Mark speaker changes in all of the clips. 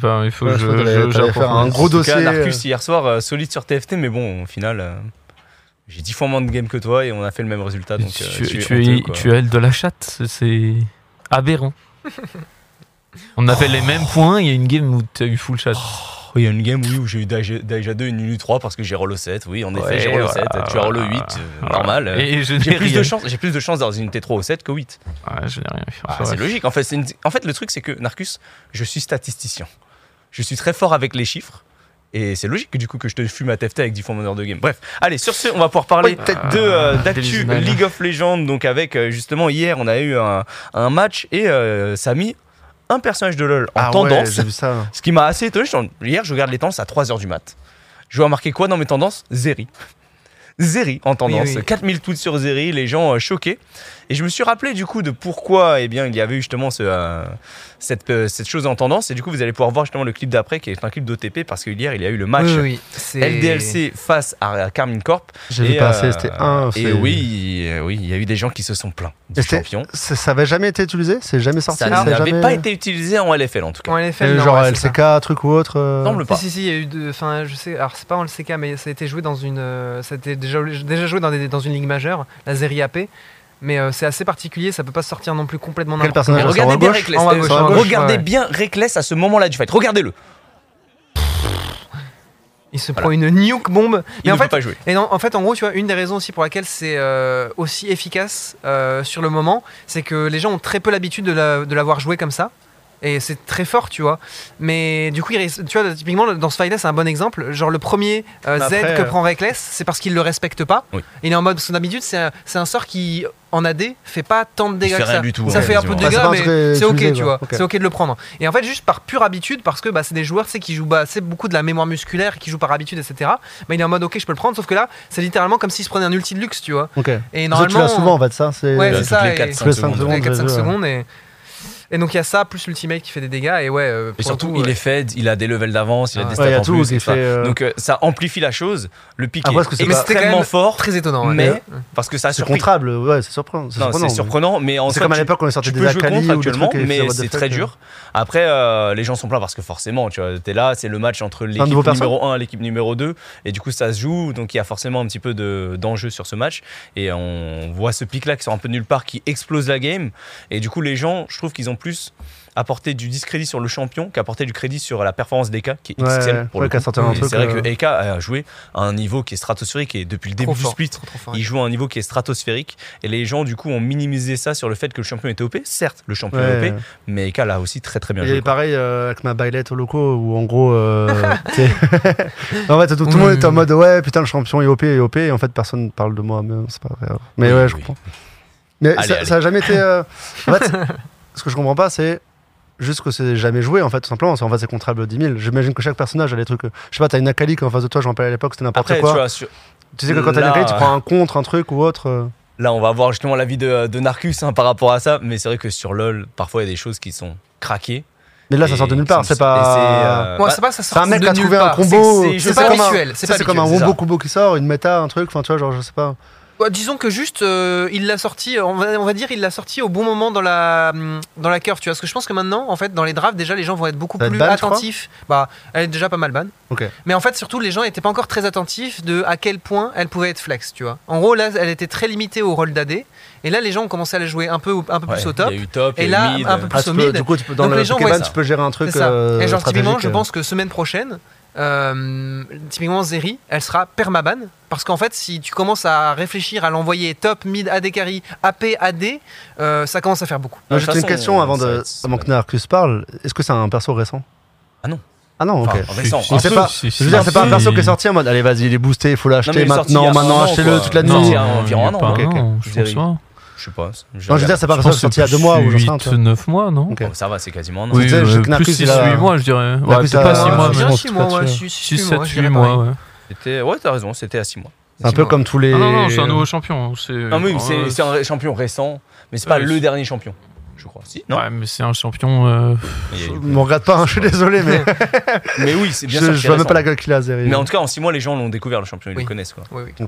Speaker 1: Enfin, il faut que
Speaker 2: Ouais, je crois que t'allais-
Speaker 1: je- je-
Speaker 2: t'allais
Speaker 1: j'approfondisse.
Speaker 2: faire un gros
Speaker 3: En tout cas,
Speaker 2: dossier,
Speaker 3: Narcus
Speaker 2: euh.
Speaker 3: hier soir, euh, solide sur TFT, mais bon, au final, euh, j'ai 10 fois moins de game que toi et on a fait le même résultat. Donc, euh,
Speaker 1: Ah, tu,
Speaker 3: tu es
Speaker 1: tu
Speaker 3: honteux,
Speaker 1: es,
Speaker 3: quoi.
Speaker 1: tu es de la chatte, c'est aberrant. On a fait les mêmes points, il y a une game où tu as eu full chat.
Speaker 3: Oh, Il y a une game oui, où j'ai eu Daija Daija 2 et Nunu 3 parce que j'ai roll 7. Oui, en effet,
Speaker 1: Ouais,
Speaker 3: j'ai roll
Speaker 1: voilà,
Speaker 3: 7. tu as roll
Speaker 1: voilà.
Speaker 3: 8, euh, normal. euh.
Speaker 1: Et je n'ai
Speaker 3: J'ai plus,
Speaker 1: rien.
Speaker 3: de chance, j'ai plus de chance dans une unité 3 au 7 que 8.
Speaker 1: Ouais, je n'ai rien fait.
Speaker 3: Ah,
Speaker 1: Enfin,
Speaker 3: c'est
Speaker 1: bref.
Speaker 3: logique. En fait, c'est une- en fait, le truc, c'est que Narcus, je suis statisticien. Je suis très fort avec les chiffres. Et c'est logique que du coup que je te fume à TFT avec 10 fois mon heure de game. Bref, allez, sur ce, on va pouvoir parler
Speaker 2: Oui, peut-être.
Speaker 3: de euh,
Speaker 1: Ah,
Speaker 3: d'actu
Speaker 1: Delisman.
Speaker 3: League of Legends. Donc avec euh, justement hier, on a eu un, un match et euh, ça a mis un personnage de LoL en
Speaker 2: Ah ouais,
Speaker 3: tendance.
Speaker 2: j'ai vu ça.
Speaker 3: Ce qui m'a assez étonné, je suis en- hier je regarde les tendances à 3h du mat. Je vois marquer quoi dans mes tendances Zeri. Zeri en tendance.
Speaker 1: Oui, oui.
Speaker 3: 4000 tweets sur Zeri, les gens euh, choqués. Et je me suis rappelé du coup de pourquoi eh bien, il y avait eu justement ce, euh, cette, euh, cette chose en tendance. Et du coup, vous allez pouvoir voir justement le clip d'après qui est un clip d'OTP parce que hier il y a eu le match.
Speaker 4: Oui, oui, c'est-
Speaker 3: LDLC face à à Carmine Corp.
Speaker 2: J'ai
Speaker 3: Et,
Speaker 2: vu passer,
Speaker 3: euh,
Speaker 2: c'était un.
Speaker 3: Et
Speaker 2: c'est-
Speaker 3: oui, euh, oui, il y a eu des gens qui se sont plaints du
Speaker 2: Et c'était-
Speaker 3: champion.
Speaker 2: Ça ça avait jamais été utilisé C'est jamais sorti
Speaker 3: Ça
Speaker 2: c'est
Speaker 3: n'avait
Speaker 2: jamais-
Speaker 3: pas été utilisé en LFL en tout cas.
Speaker 4: En LFL,
Speaker 2: Euh,
Speaker 4: non,
Speaker 2: Genre
Speaker 4: ouais, c'est ça.
Speaker 2: LCK, truc ou autre euh,
Speaker 3: Semble pas.
Speaker 4: Si, si, si, il y a eu deux. Enfin, je sais, alors c'est pas en LCK, mais ça a été joué dans une. euh, ça a été déjà, déjà joué dans, des- dans une ligue majeure, la Serie AP. Mais euh, c'est assez particulier, ça peut pas sortir non plus complètement
Speaker 2: Quel
Speaker 4: n'importe
Speaker 2: personnage
Speaker 3: Mais
Speaker 2: ça
Speaker 3: regardez
Speaker 2: sort à
Speaker 3: bien
Speaker 2: gauche
Speaker 3: Reckless.
Speaker 4: En haut à
Speaker 3: euh,
Speaker 4: gauche, hein.
Speaker 2: en haut à
Speaker 4: gauche,
Speaker 3: regardez
Speaker 4: ouais.
Speaker 3: bien Reckless à ce moment-là du fight. Regardez-le.
Speaker 4: quoi. Il se
Speaker 3: Voilà.
Speaker 4: prend une nuke bombe.
Speaker 3: Il
Speaker 4: Mais
Speaker 3: ne
Speaker 4: en
Speaker 3: peut
Speaker 4: fait,
Speaker 3: pas jouer.
Speaker 4: Et non, en fait, en gros, tu vois, une des raisons aussi pour laquelle c'est euh, aussi efficace euh, sur le moment, c'est que les gens ont très peu l'habitude de la- de l'avoir joué comme ça. Et c'est très fort, tu vois. Mais du coup, il ris- tu vois, typiquement, dans ce fight-là, c'est un bon exemple. Genre, le premier euh,
Speaker 2: Mais
Speaker 4: Z
Speaker 2: après,
Speaker 4: que
Speaker 2: euh,
Speaker 4: prend Reckless, c'est parce qu'il le respecte pas.
Speaker 3: Oui.
Speaker 4: Il est en mode, son habitude, c'est un, c'est un sort qui, en AD, fait pas tant de dégâts
Speaker 3: fait
Speaker 4: que
Speaker 3: rien
Speaker 4: ça.
Speaker 3: du tout,
Speaker 4: ça
Speaker 3: hein,
Speaker 4: fait un peu de
Speaker 3: quasiment.
Speaker 2: Ah,
Speaker 4: dégâts,
Speaker 2: c'est pas
Speaker 4: mais
Speaker 2: très
Speaker 4: c'est ok,
Speaker 2: utilisé,
Speaker 4: tu
Speaker 2: quoi.
Speaker 4: vois.
Speaker 2: Ok.
Speaker 4: C'est ok de le prendre. Et en fait, juste par pure habitude, parce que bah, c'est des joueurs tu sais, qui jouent bah, c'est beaucoup de la mémoire musculaire, qui jouent par habitude, etc. Mais il est en mode ok, je peux le prendre, sauf que là, c'est littéralement comme s'il se prenait un ulti de luxe, tu vois.
Speaker 2: Ok.
Speaker 4: Et
Speaker 2: Ça, Tu
Speaker 4: normalement.
Speaker 2: l'as souvent en fait, ça. c'est-
Speaker 4: Ouais,
Speaker 3: Là,
Speaker 4: c'est
Speaker 3: toutes
Speaker 4: ça,
Speaker 3: les
Speaker 4: et-
Speaker 3: quatre, hein,
Speaker 2: Tous les
Speaker 3: cinq
Speaker 2: cinq
Speaker 3: secondes.
Speaker 2: secondes.
Speaker 4: ouais, 4-5
Speaker 2: ouais.
Speaker 4: secondes et. Et donc il y a ça, plus l'ultimate qui fait des dégâts, et ouais. euh, pour
Speaker 3: Et
Speaker 4: le
Speaker 3: surtout,
Speaker 4: coup,
Speaker 3: il
Speaker 4: euh,
Speaker 3: est fed, il a des levels d'avance, il a
Speaker 4: Ah.
Speaker 3: des stats
Speaker 2: Ouais, il y a
Speaker 3: en
Speaker 2: tout
Speaker 3: plus.
Speaker 2: qui
Speaker 3: et tout ça.
Speaker 2: fait, euh,
Speaker 3: Donc euh, ça amplifie la chose. Le pic
Speaker 2: Après, est-ce que
Speaker 3: est,
Speaker 2: c'est pas-
Speaker 4: Mais c'était quand
Speaker 3: extrêmement
Speaker 4: même
Speaker 3: fort
Speaker 4: Très étonnant, ouais.
Speaker 3: Mais-
Speaker 4: Ouais.
Speaker 3: parce que ça a
Speaker 2: C'est
Speaker 3: surpris.
Speaker 2: contrable, ouais, c'est surprenant.
Speaker 3: Non, c'est surprenant, mais en
Speaker 2: C'est
Speaker 3: soi,
Speaker 2: comme à
Speaker 3: tu-
Speaker 2: l'époque, on sortait
Speaker 3: tu
Speaker 2: des
Speaker 3: peux jouer
Speaker 2: Akali
Speaker 3: contre
Speaker 2: ou des
Speaker 3: actuellement,
Speaker 2: trucs. et
Speaker 3: mais
Speaker 2: c'est what the
Speaker 3: c'est
Speaker 2: fuck,
Speaker 3: très
Speaker 2: euh.
Speaker 3: dur. Après, euh, les gens sont pleins parce que forcément, tu vois, t'es là, c'est le match entre l'équipe
Speaker 2: nouveau perso.
Speaker 3: numéro 1 et l'équipe numéro 2, et du coup, ça se joue, donc il y a forcément un petit peu de- d'enjeu sur ce match, et on voit ce pic-là qui sort un peu de nulle part, qui explose la game, et du coup, les gens, je trouve qu'ils ont plus apporté du discrédit sur le champion qu'apporté du crédit sur la performance d'Eka, qui est XXL
Speaker 2: Ouais,
Speaker 3: pour
Speaker 2: ouais,
Speaker 3: le
Speaker 2: qu'à
Speaker 3: coup.
Speaker 2: sortir un
Speaker 4: Oui,
Speaker 3: Et
Speaker 2: truc,
Speaker 3: C'est vrai
Speaker 2: euh,
Speaker 3: que Eka a joué à un niveau qui est stratosphérique, et depuis le début
Speaker 4: Trop
Speaker 3: du
Speaker 4: fort,
Speaker 3: split,
Speaker 4: trop, trop fort.
Speaker 3: il joue à un niveau qui est stratosphérique et les gens du coup ont minimisé ça sur le fait que le champion était OP. Certes, le champion est
Speaker 2: ouais.
Speaker 3: OP, mais Eka l'a aussi très très bien
Speaker 2: Il y
Speaker 3: joué.
Speaker 2: avait
Speaker 3: quoi.
Speaker 2: pareil euh, avec ma bailette au loco où en gros. euh, t'sais, en fait, tout, tout le monde était en mode ouais, putain, le champion est OP, est OP, et en fait, personne parle de moi, mais non, c'est pas vrai. Mais
Speaker 3: Oui,
Speaker 2: ouais, je
Speaker 3: oui.
Speaker 2: comprends. Mais
Speaker 3: Allez,
Speaker 2: ça,
Speaker 3: allez.
Speaker 2: ça a jamais été. euh, En fait, ce que je comprends pas, c'est juste que c'est jamais joué, en fait, tout simplement. C'est- En fait, c'est contrable 10 000. J'imagine que chaque personnage a des trucs. euh, Je sais pas, t'as une Akali qui est en face de toi, je me rappelle à l'époque, c'était n'importe
Speaker 3: Après, tu
Speaker 2: quoi. Tu,
Speaker 3: vois, sur-
Speaker 2: sais que quand t'as une
Speaker 3: là,
Speaker 2: Akali, tu
Speaker 3: euh,
Speaker 2: prends un contre, un truc ou autre. euh.
Speaker 3: là on va voir justement l'avis de, de Narcus hein, par rapport à ça, mais c'est vrai que sur LoL, parfois il y a des choses qui sont craquées.
Speaker 2: Mais là, ça
Speaker 3: Et
Speaker 2: sort de nulle part,
Speaker 3: sont-
Speaker 2: c'est pas.
Speaker 3: et c'est, euh,
Speaker 4: Ouais,
Speaker 3: bah,
Speaker 4: c'est pas que ça
Speaker 2: C'est un
Speaker 4: sort
Speaker 2: mec
Speaker 4: de
Speaker 2: qui a
Speaker 4: nulle
Speaker 2: trouvé un
Speaker 4: part, c'est-
Speaker 2: combo.
Speaker 4: c'est-
Speaker 2: tu sais,
Speaker 4: C'est pas
Speaker 2: comme un-
Speaker 4: habituel.
Speaker 2: tu sais,
Speaker 4: pas
Speaker 2: C'est comme un
Speaker 4: habituel,
Speaker 3: ça.
Speaker 2: wombo combo qui sort, une méta, un truc, enfin tu vois, genre je sais pas.
Speaker 4: Bah, disons que juste, euh, il l'a sorti, on va, on va dire, il l'a sorti au bon moment dans la, hum, dans la curve, tu vois. Parce que je pense que maintenant, en fait, dans les drafts, déjà, les gens vont être beaucoup
Speaker 2: Ça va être
Speaker 4: plus
Speaker 2: ban, je crois
Speaker 4: attentifs. Bah, elle est déjà pas mal ban.
Speaker 2: Ok.
Speaker 4: Mais en fait, surtout, les gens n'étaient pas encore très attentifs de à quel point elle pouvait être flex, tu vois. En gros, là, elle était très limitée au rôle d'AD. Et là, les gens ont commencé à la jouer un peu, au- un peu plus
Speaker 3: ouais,
Speaker 4: au top.
Speaker 3: Il y a eu top,
Speaker 4: Et
Speaker 3: il y a eu
Speaker 4: là,
Speaker 3: mid. euh,
Speaker 4: un peu plus
Speaker 2: Ah, tu
Speaker 4: au
Speaker 2: peux-
Speaker 4: mid.
Speaker 2: du coup, tu peux, dans
Speaker 4: Donc
Speaker 2: le
Speaker 4: les gens,
Speaker 2: Pokémon,
Speaker 4: ouais,
Speaker 2: tu peux gérer un truc.
Speaker 4: C'est ça.
Speaker 2: euh,
Speaker 4: et genre, typiquement,
Speaker 2: stratégique,
Speaker 4: je
Speaker 2: euh.
Speaker 4: pense que semaine prochaine, euh, typiquement Zeri, elle sera permaban. Parce qu'en fait, si tu commences à réfléchir à l'envoyer top, mid, AD carry, AP, AD, euh, ça commence à faire beaucoup.
Speaker 2: Non,
Speaker 3: De
Speaker 2: Juste
Speaker 3: toute
Speaker 2: une
Speaker 3: façon,
Speaker 2: question avant,
Speaker 3: ça va
Speaker 2: de,
Speaker 3: être-
Speaker 2: avant que Narcus parle. Est-ce que c'est un perso récent
Speaker 3: Ah non.
Speaker 2: Ah non, ok.
Speaker 3: Enfin, hein, récent.
Speaker 2: On sait
Speaker 1: Si,
Speaker 2: pas.
Speaker 1: si, si,
Speaker 2: Je veux dire, c'est
Speaker 1: si.
Speaker 2: pas un perso qui est sorti en mode allez, vas-y, il est boosté, il faut
Speaker 3: Non, mais il
Speaker 2: l'acheter
Speaker 3: est sorti
Speaker 2: maintenant,
Speaker 3: il y a
Speaker 2: maintenant,
Speaker 3: un an,
Speaker 2: achetez-le
Speaker 3: quoi.
Speaker 2: toute la
Speaker 3: Non,
Speaker 2: nuit.
Speaker 3: il y a environ un an,
Speaker 1: pas
Speaker 2: ok, ok.
Speaker 1: an, je pense
Speaker 3: Zéry.
Speaker 1: pas.
Speaker 3: Je sais pas. j'ai
Speaker 2: Non, je veux dire,
Speaker 3: regardé.
Speaker 2: c'est pas un
Speaker 1: Je
Speaker 2: perso
Speaker 1: pense que
Speaker 2: sorti il y a
Speaker 1: c'est
Speaker 2: deux mois ou j'en sais un
Speaker 1: 8,
Speaker 2: peu.
Speaker 1: 9 mois, non
Speaker 2: Ok.
Speaker 3: Bon, ça va, c'est quasiment. un an.
Speaker 1: Oui,
Speaker 2: Tu sais,
Speaker 1: euh,
Speaker 2: je sais que
Speaker 1: plus
Speaker 2: Narcus,
Speaker 1: 6
Speaker 2: il a-
Speaker 1: 8 mois, je dirais. Ouais,
Speaker 2: Narcus,
Speaker 1: peut-être pas
Speaker 2: a-
Speaker 1: 6
Speaker 2: Ouais,
Speaker 1: mois,
Speaker 2: je
Speaker 1: mais
Speaker 2: pense que
Speaker 4: 6
Speaker 2: tu
Speaker 4: mois,
Speaker 2: vas
Speaker 4: ouais,
Speaker 2: tuer.
Speaker 4: Euh, six- six
Speaker 1: 6, 7,
Speaker 4: mois, je
Speaker 1: 8
Speaker 4: dirais
Speaker 1: mois,
Speaker 4: pareil.
Speaker 1: ouais.
Speaker 3: C'était- Ouais, t'as raison, c'était à 6 mois.
Speaker 2: C'est un peu comme tous les.
Speaker 1: Ah non, non, c'est un nouveau champion. hein, C'est
Speaker 3: Non, Ah mais c'est-
Speaker 1: euh,
Speaker 3: c'est un ré- champion récent, mais c'est pas
Speaker 2: euh,
Speaker 1: Ouais,
Speaker 3: le
Speaker 1: c'est-
Speaker 3: dernier champion, je crois. Si, non
Speaker 1: Ouais, mais c'est un champion. euh,
Speaker 3: Il y a eu-
Speaker 2: M'en regarde pas, hein, je suis désolé, mais
Speaker 3: Mais oui, c'est bien
Speaker 2: je
Speaker 3: sûr que
Speaker 2: je
Speaker 3: c'est
Speaker 2: vois même
Speaker 3: récent.
Speaker 2: pas la gueule qu'il a, Zeri.
Speaker 3: Mais en tout cas, en 6 mois, les gens l'ont découvert, le champion, ils
Speaker 4: Oui.
Speaker 3: le connaissent. Quoi.
Speaker 4: Oui, oui.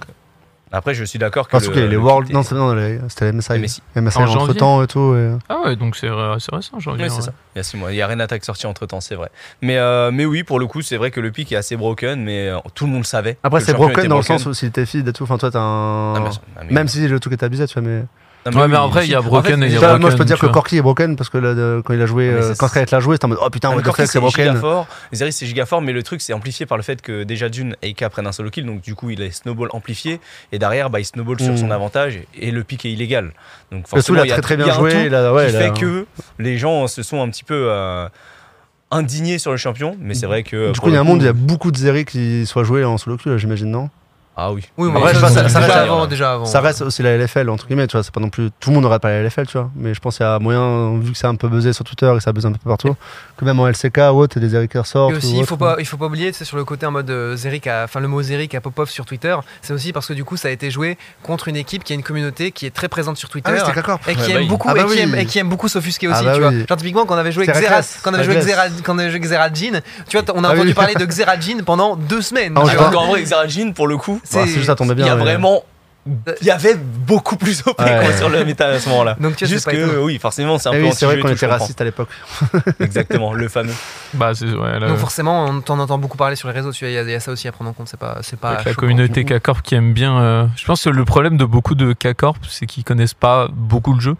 Speaker 3: Après, je suis d'accord que.
Speaker 2: En tout
Speaker 3: le-
Speaker 2: cas, les
Speaker 3: le
Speaker 2: World.
Speaker 3: côté-
Speaker 2: Non, c'est- non, les- c'était les MSI.
Speaker 3: MSI.
Speaker 1: En janvier.
Speaker 2: entre temps et tout. et-
Speaker 1: Ah ouais, donc c'est euh, c'est récent, j'ai envie de
Speaker 3: Oui,
Speaker 1: dire, ouais.
Speaker 3: c'est ça. Il y a six mois. Il y a Renata qui est sortie entre temps, c'est vrai. Mais, euh, mais oui, pour le coup, c'est vrai que le pic est assez broken, mais euh, tout le monde savait.
Speaker 2: Après,
Speaker 3: que le
Speaker 2: c'est
Speaker 3: champion
Speaker 2: broken
Speaker 3: était
Speaker 2: dans le sens où si t'es feed et tout, enfin, toi, t'as un.
Speaker 3: Ah, bien sûr. Ah, mais-
Speaker 2: Même si le truc est abusé, tu vois, mais.
Speaker 3: Ah,
Speaker 1: Ouais, mais
Speaker 3: oui,
Speaker 1: après, il y a
Speaker 3: en fait,
Speaker 1: broken et il y a
Speaker 2: Tu vois,
Speaker 1: broken,
Speaker 2: moi, je peux te dire
Speaker 1: tu
Speaker 2: que
Speaker 1: vois.
Speaker 2: Corky est broken parce que là, de- quand il a joué,
Speaker 3: Ah, mais
Speaker 2: euh,
Speaker 3: c'est-
Speaker 2: quand Skynet l'a joué, c'était en mode oh putain,
Speaker 3: Ah,
Speaker 2: what
Speaker 3: mais
Speaker 2: the
Speaker 3: Corki,
Speaker 2: fuck, c'est
Speaker 3: c'est giga
Speaker 2: broken.
Speaker 3: fort. Zeris, c'est giga fort, mais le truc, c'est amplifié par le fait que déjà d'une, Eika prenne un solo kill, donc du coup, il est snowball amplifié, et derrière, bah, il snowball sur
Speaker 2: Mm.
Speaker 3: son avantage, et- et le pic est illégal. Donc,
Speaker 2: Le sous, il
Speaker 3: forcément,
Speaker 2: a
Speaker 3: il y a
Speaker 2: très très
Speaker 3: il y a
Speaker 2: bien
Speaker 3: un
Speaker 2: joué.
Speaker 3: tout
Speaker 2: il a- ouais, hein.
Speaker 3: qui
Speaker 2: il a-
Speaker 3: fait que les gens se sont un petit peu euh, indignés sur le champion, mais c'est vrai que.
Speaker 2: Du
Speaker 3: euh, pour
Speaker 2: coup, il y
Speaker 3: le
Speaker 2: a un monde, il y a beaucoup de Zeri qui soient joués en solo queue, j'imagine, non
Speaker 3: Ah oui.
Speaker 4: Oui, mais
Speaker 2: Après,
Speaker 4: ça,
Speaker 2: je pense
Speaker 4: c'est
Speaker 2: que ça
Speaker 4: déjà
Speaker 2: reste-
Speaker 4: avant, déjà avant.
Speaker 2: Ça reste aussi la LFL, entre guillemets, tu vois. C'est pas non plus. Tout le monde n'aurait pas la LFL, tu vois. Mais je pense qu'il y a moyen, vu que c'est un peu buzzé sur Twitter et que ça buzz un peu partout, que même en LCK ou autre, t'as des Zeri qui ressortent.
Speaker 4: Et aussi,
Speaker 2: ou
Speaker 4: il
Speaker 2: autre,
Speaker 4: faut pas, il faut pas oublier, c'est sur le côté en mode euh, Zerik, a- enfin le mot Zerik à Popov sur Twitter, c'est aussi parce que du coup ça a été joué contre une équipe qui a une communauté qui est très présente sur Twitter.
Speaker 2: Ah oui, c'était Kakor.
Speaker 4: et qui
Speaker 3: Ouais, bah
Speaker 4: aime
Speaker 3: oui.
Speaker 4: beaucoup
Speaker 2: Ah bah
Speaker 4: et, qui aime,
Speaker 2: oui.
Speaker 4: et qui aime beaucoup s'offusquer
Speaker 2: Ah
Speaker 4: aussi
Speaker 2: bah
Speaker 4: tu
Speaker 2: oui.
Speaker 4: vois genre typiquement quand on avait joué avec
Speaker 2: C'est
Speaker 4: Xerath
Speaker 2: Regress.
Speaker 4: quand on avait joué avec
Speaker 2: Regress.
Speaker 4: Xerath- quand on avait joué avec Xerath Jean, tu vois t- on a
Speaker 2: Ah oui,
Speaker 4: entendu
Speaker 2: oui.
Speaker 4: parler de Xerath Jean pendant deux semaines
Speaker 2: Ah,
Speaker 4: tu
Speaker 2: je
Speaker 4: vois.
Speaker 2: vois.
Speaker 3: en vrai, Xerajin, pour le coup,
Speaker 2: Bah, c'est juste, ça tombait
Speaker 3: il
Speaker 2: bien.
Speaker 3: y a
Speaker 2: ouais.
Speaker 3: vraiment. Il y avait beaucoup plus OP
Speaker 2: Ouais.
Speaker 3: quoi, sur le méta à ce moment-là.
Speaker 4: donc tu vois,
Speaker 3: Juste
Speaker 4: c'est pas étonnant.
Speaker 3: que, oui, forcément, c'est un
Speaker 2: Eh
Speaker 3: peu
Speaker 2: oui, c'est
Speaker 3: anti-jeu
Speaker 2: vrai
Speaker 3: et
Speaker 2: qu'on
Speaker 3: tout,
Speaker 2: était
Speaker 3: je comprends.
Speaker 2: raciste à l'époque.
Speaker 3: Exactement, le fameux.
Speaker 1: Bah, c'est ouais, la,
Speaker 4: donc forcément on t'en entend beaucoup parler sur les réseaux tu vois il y a- il y, a ça aussi à prendre en compte c'est pas c'est
Speaker 3: bah,
Speaker 4: pas
Speaker 1: avec la
Speaker 4: choquant.
Speaker 1: communauté K-Corp qui aime bien. euh, je pense que le problème de beaucoup de K-Corp, c'est qu'ils connaissent pas beaucoup le jeu.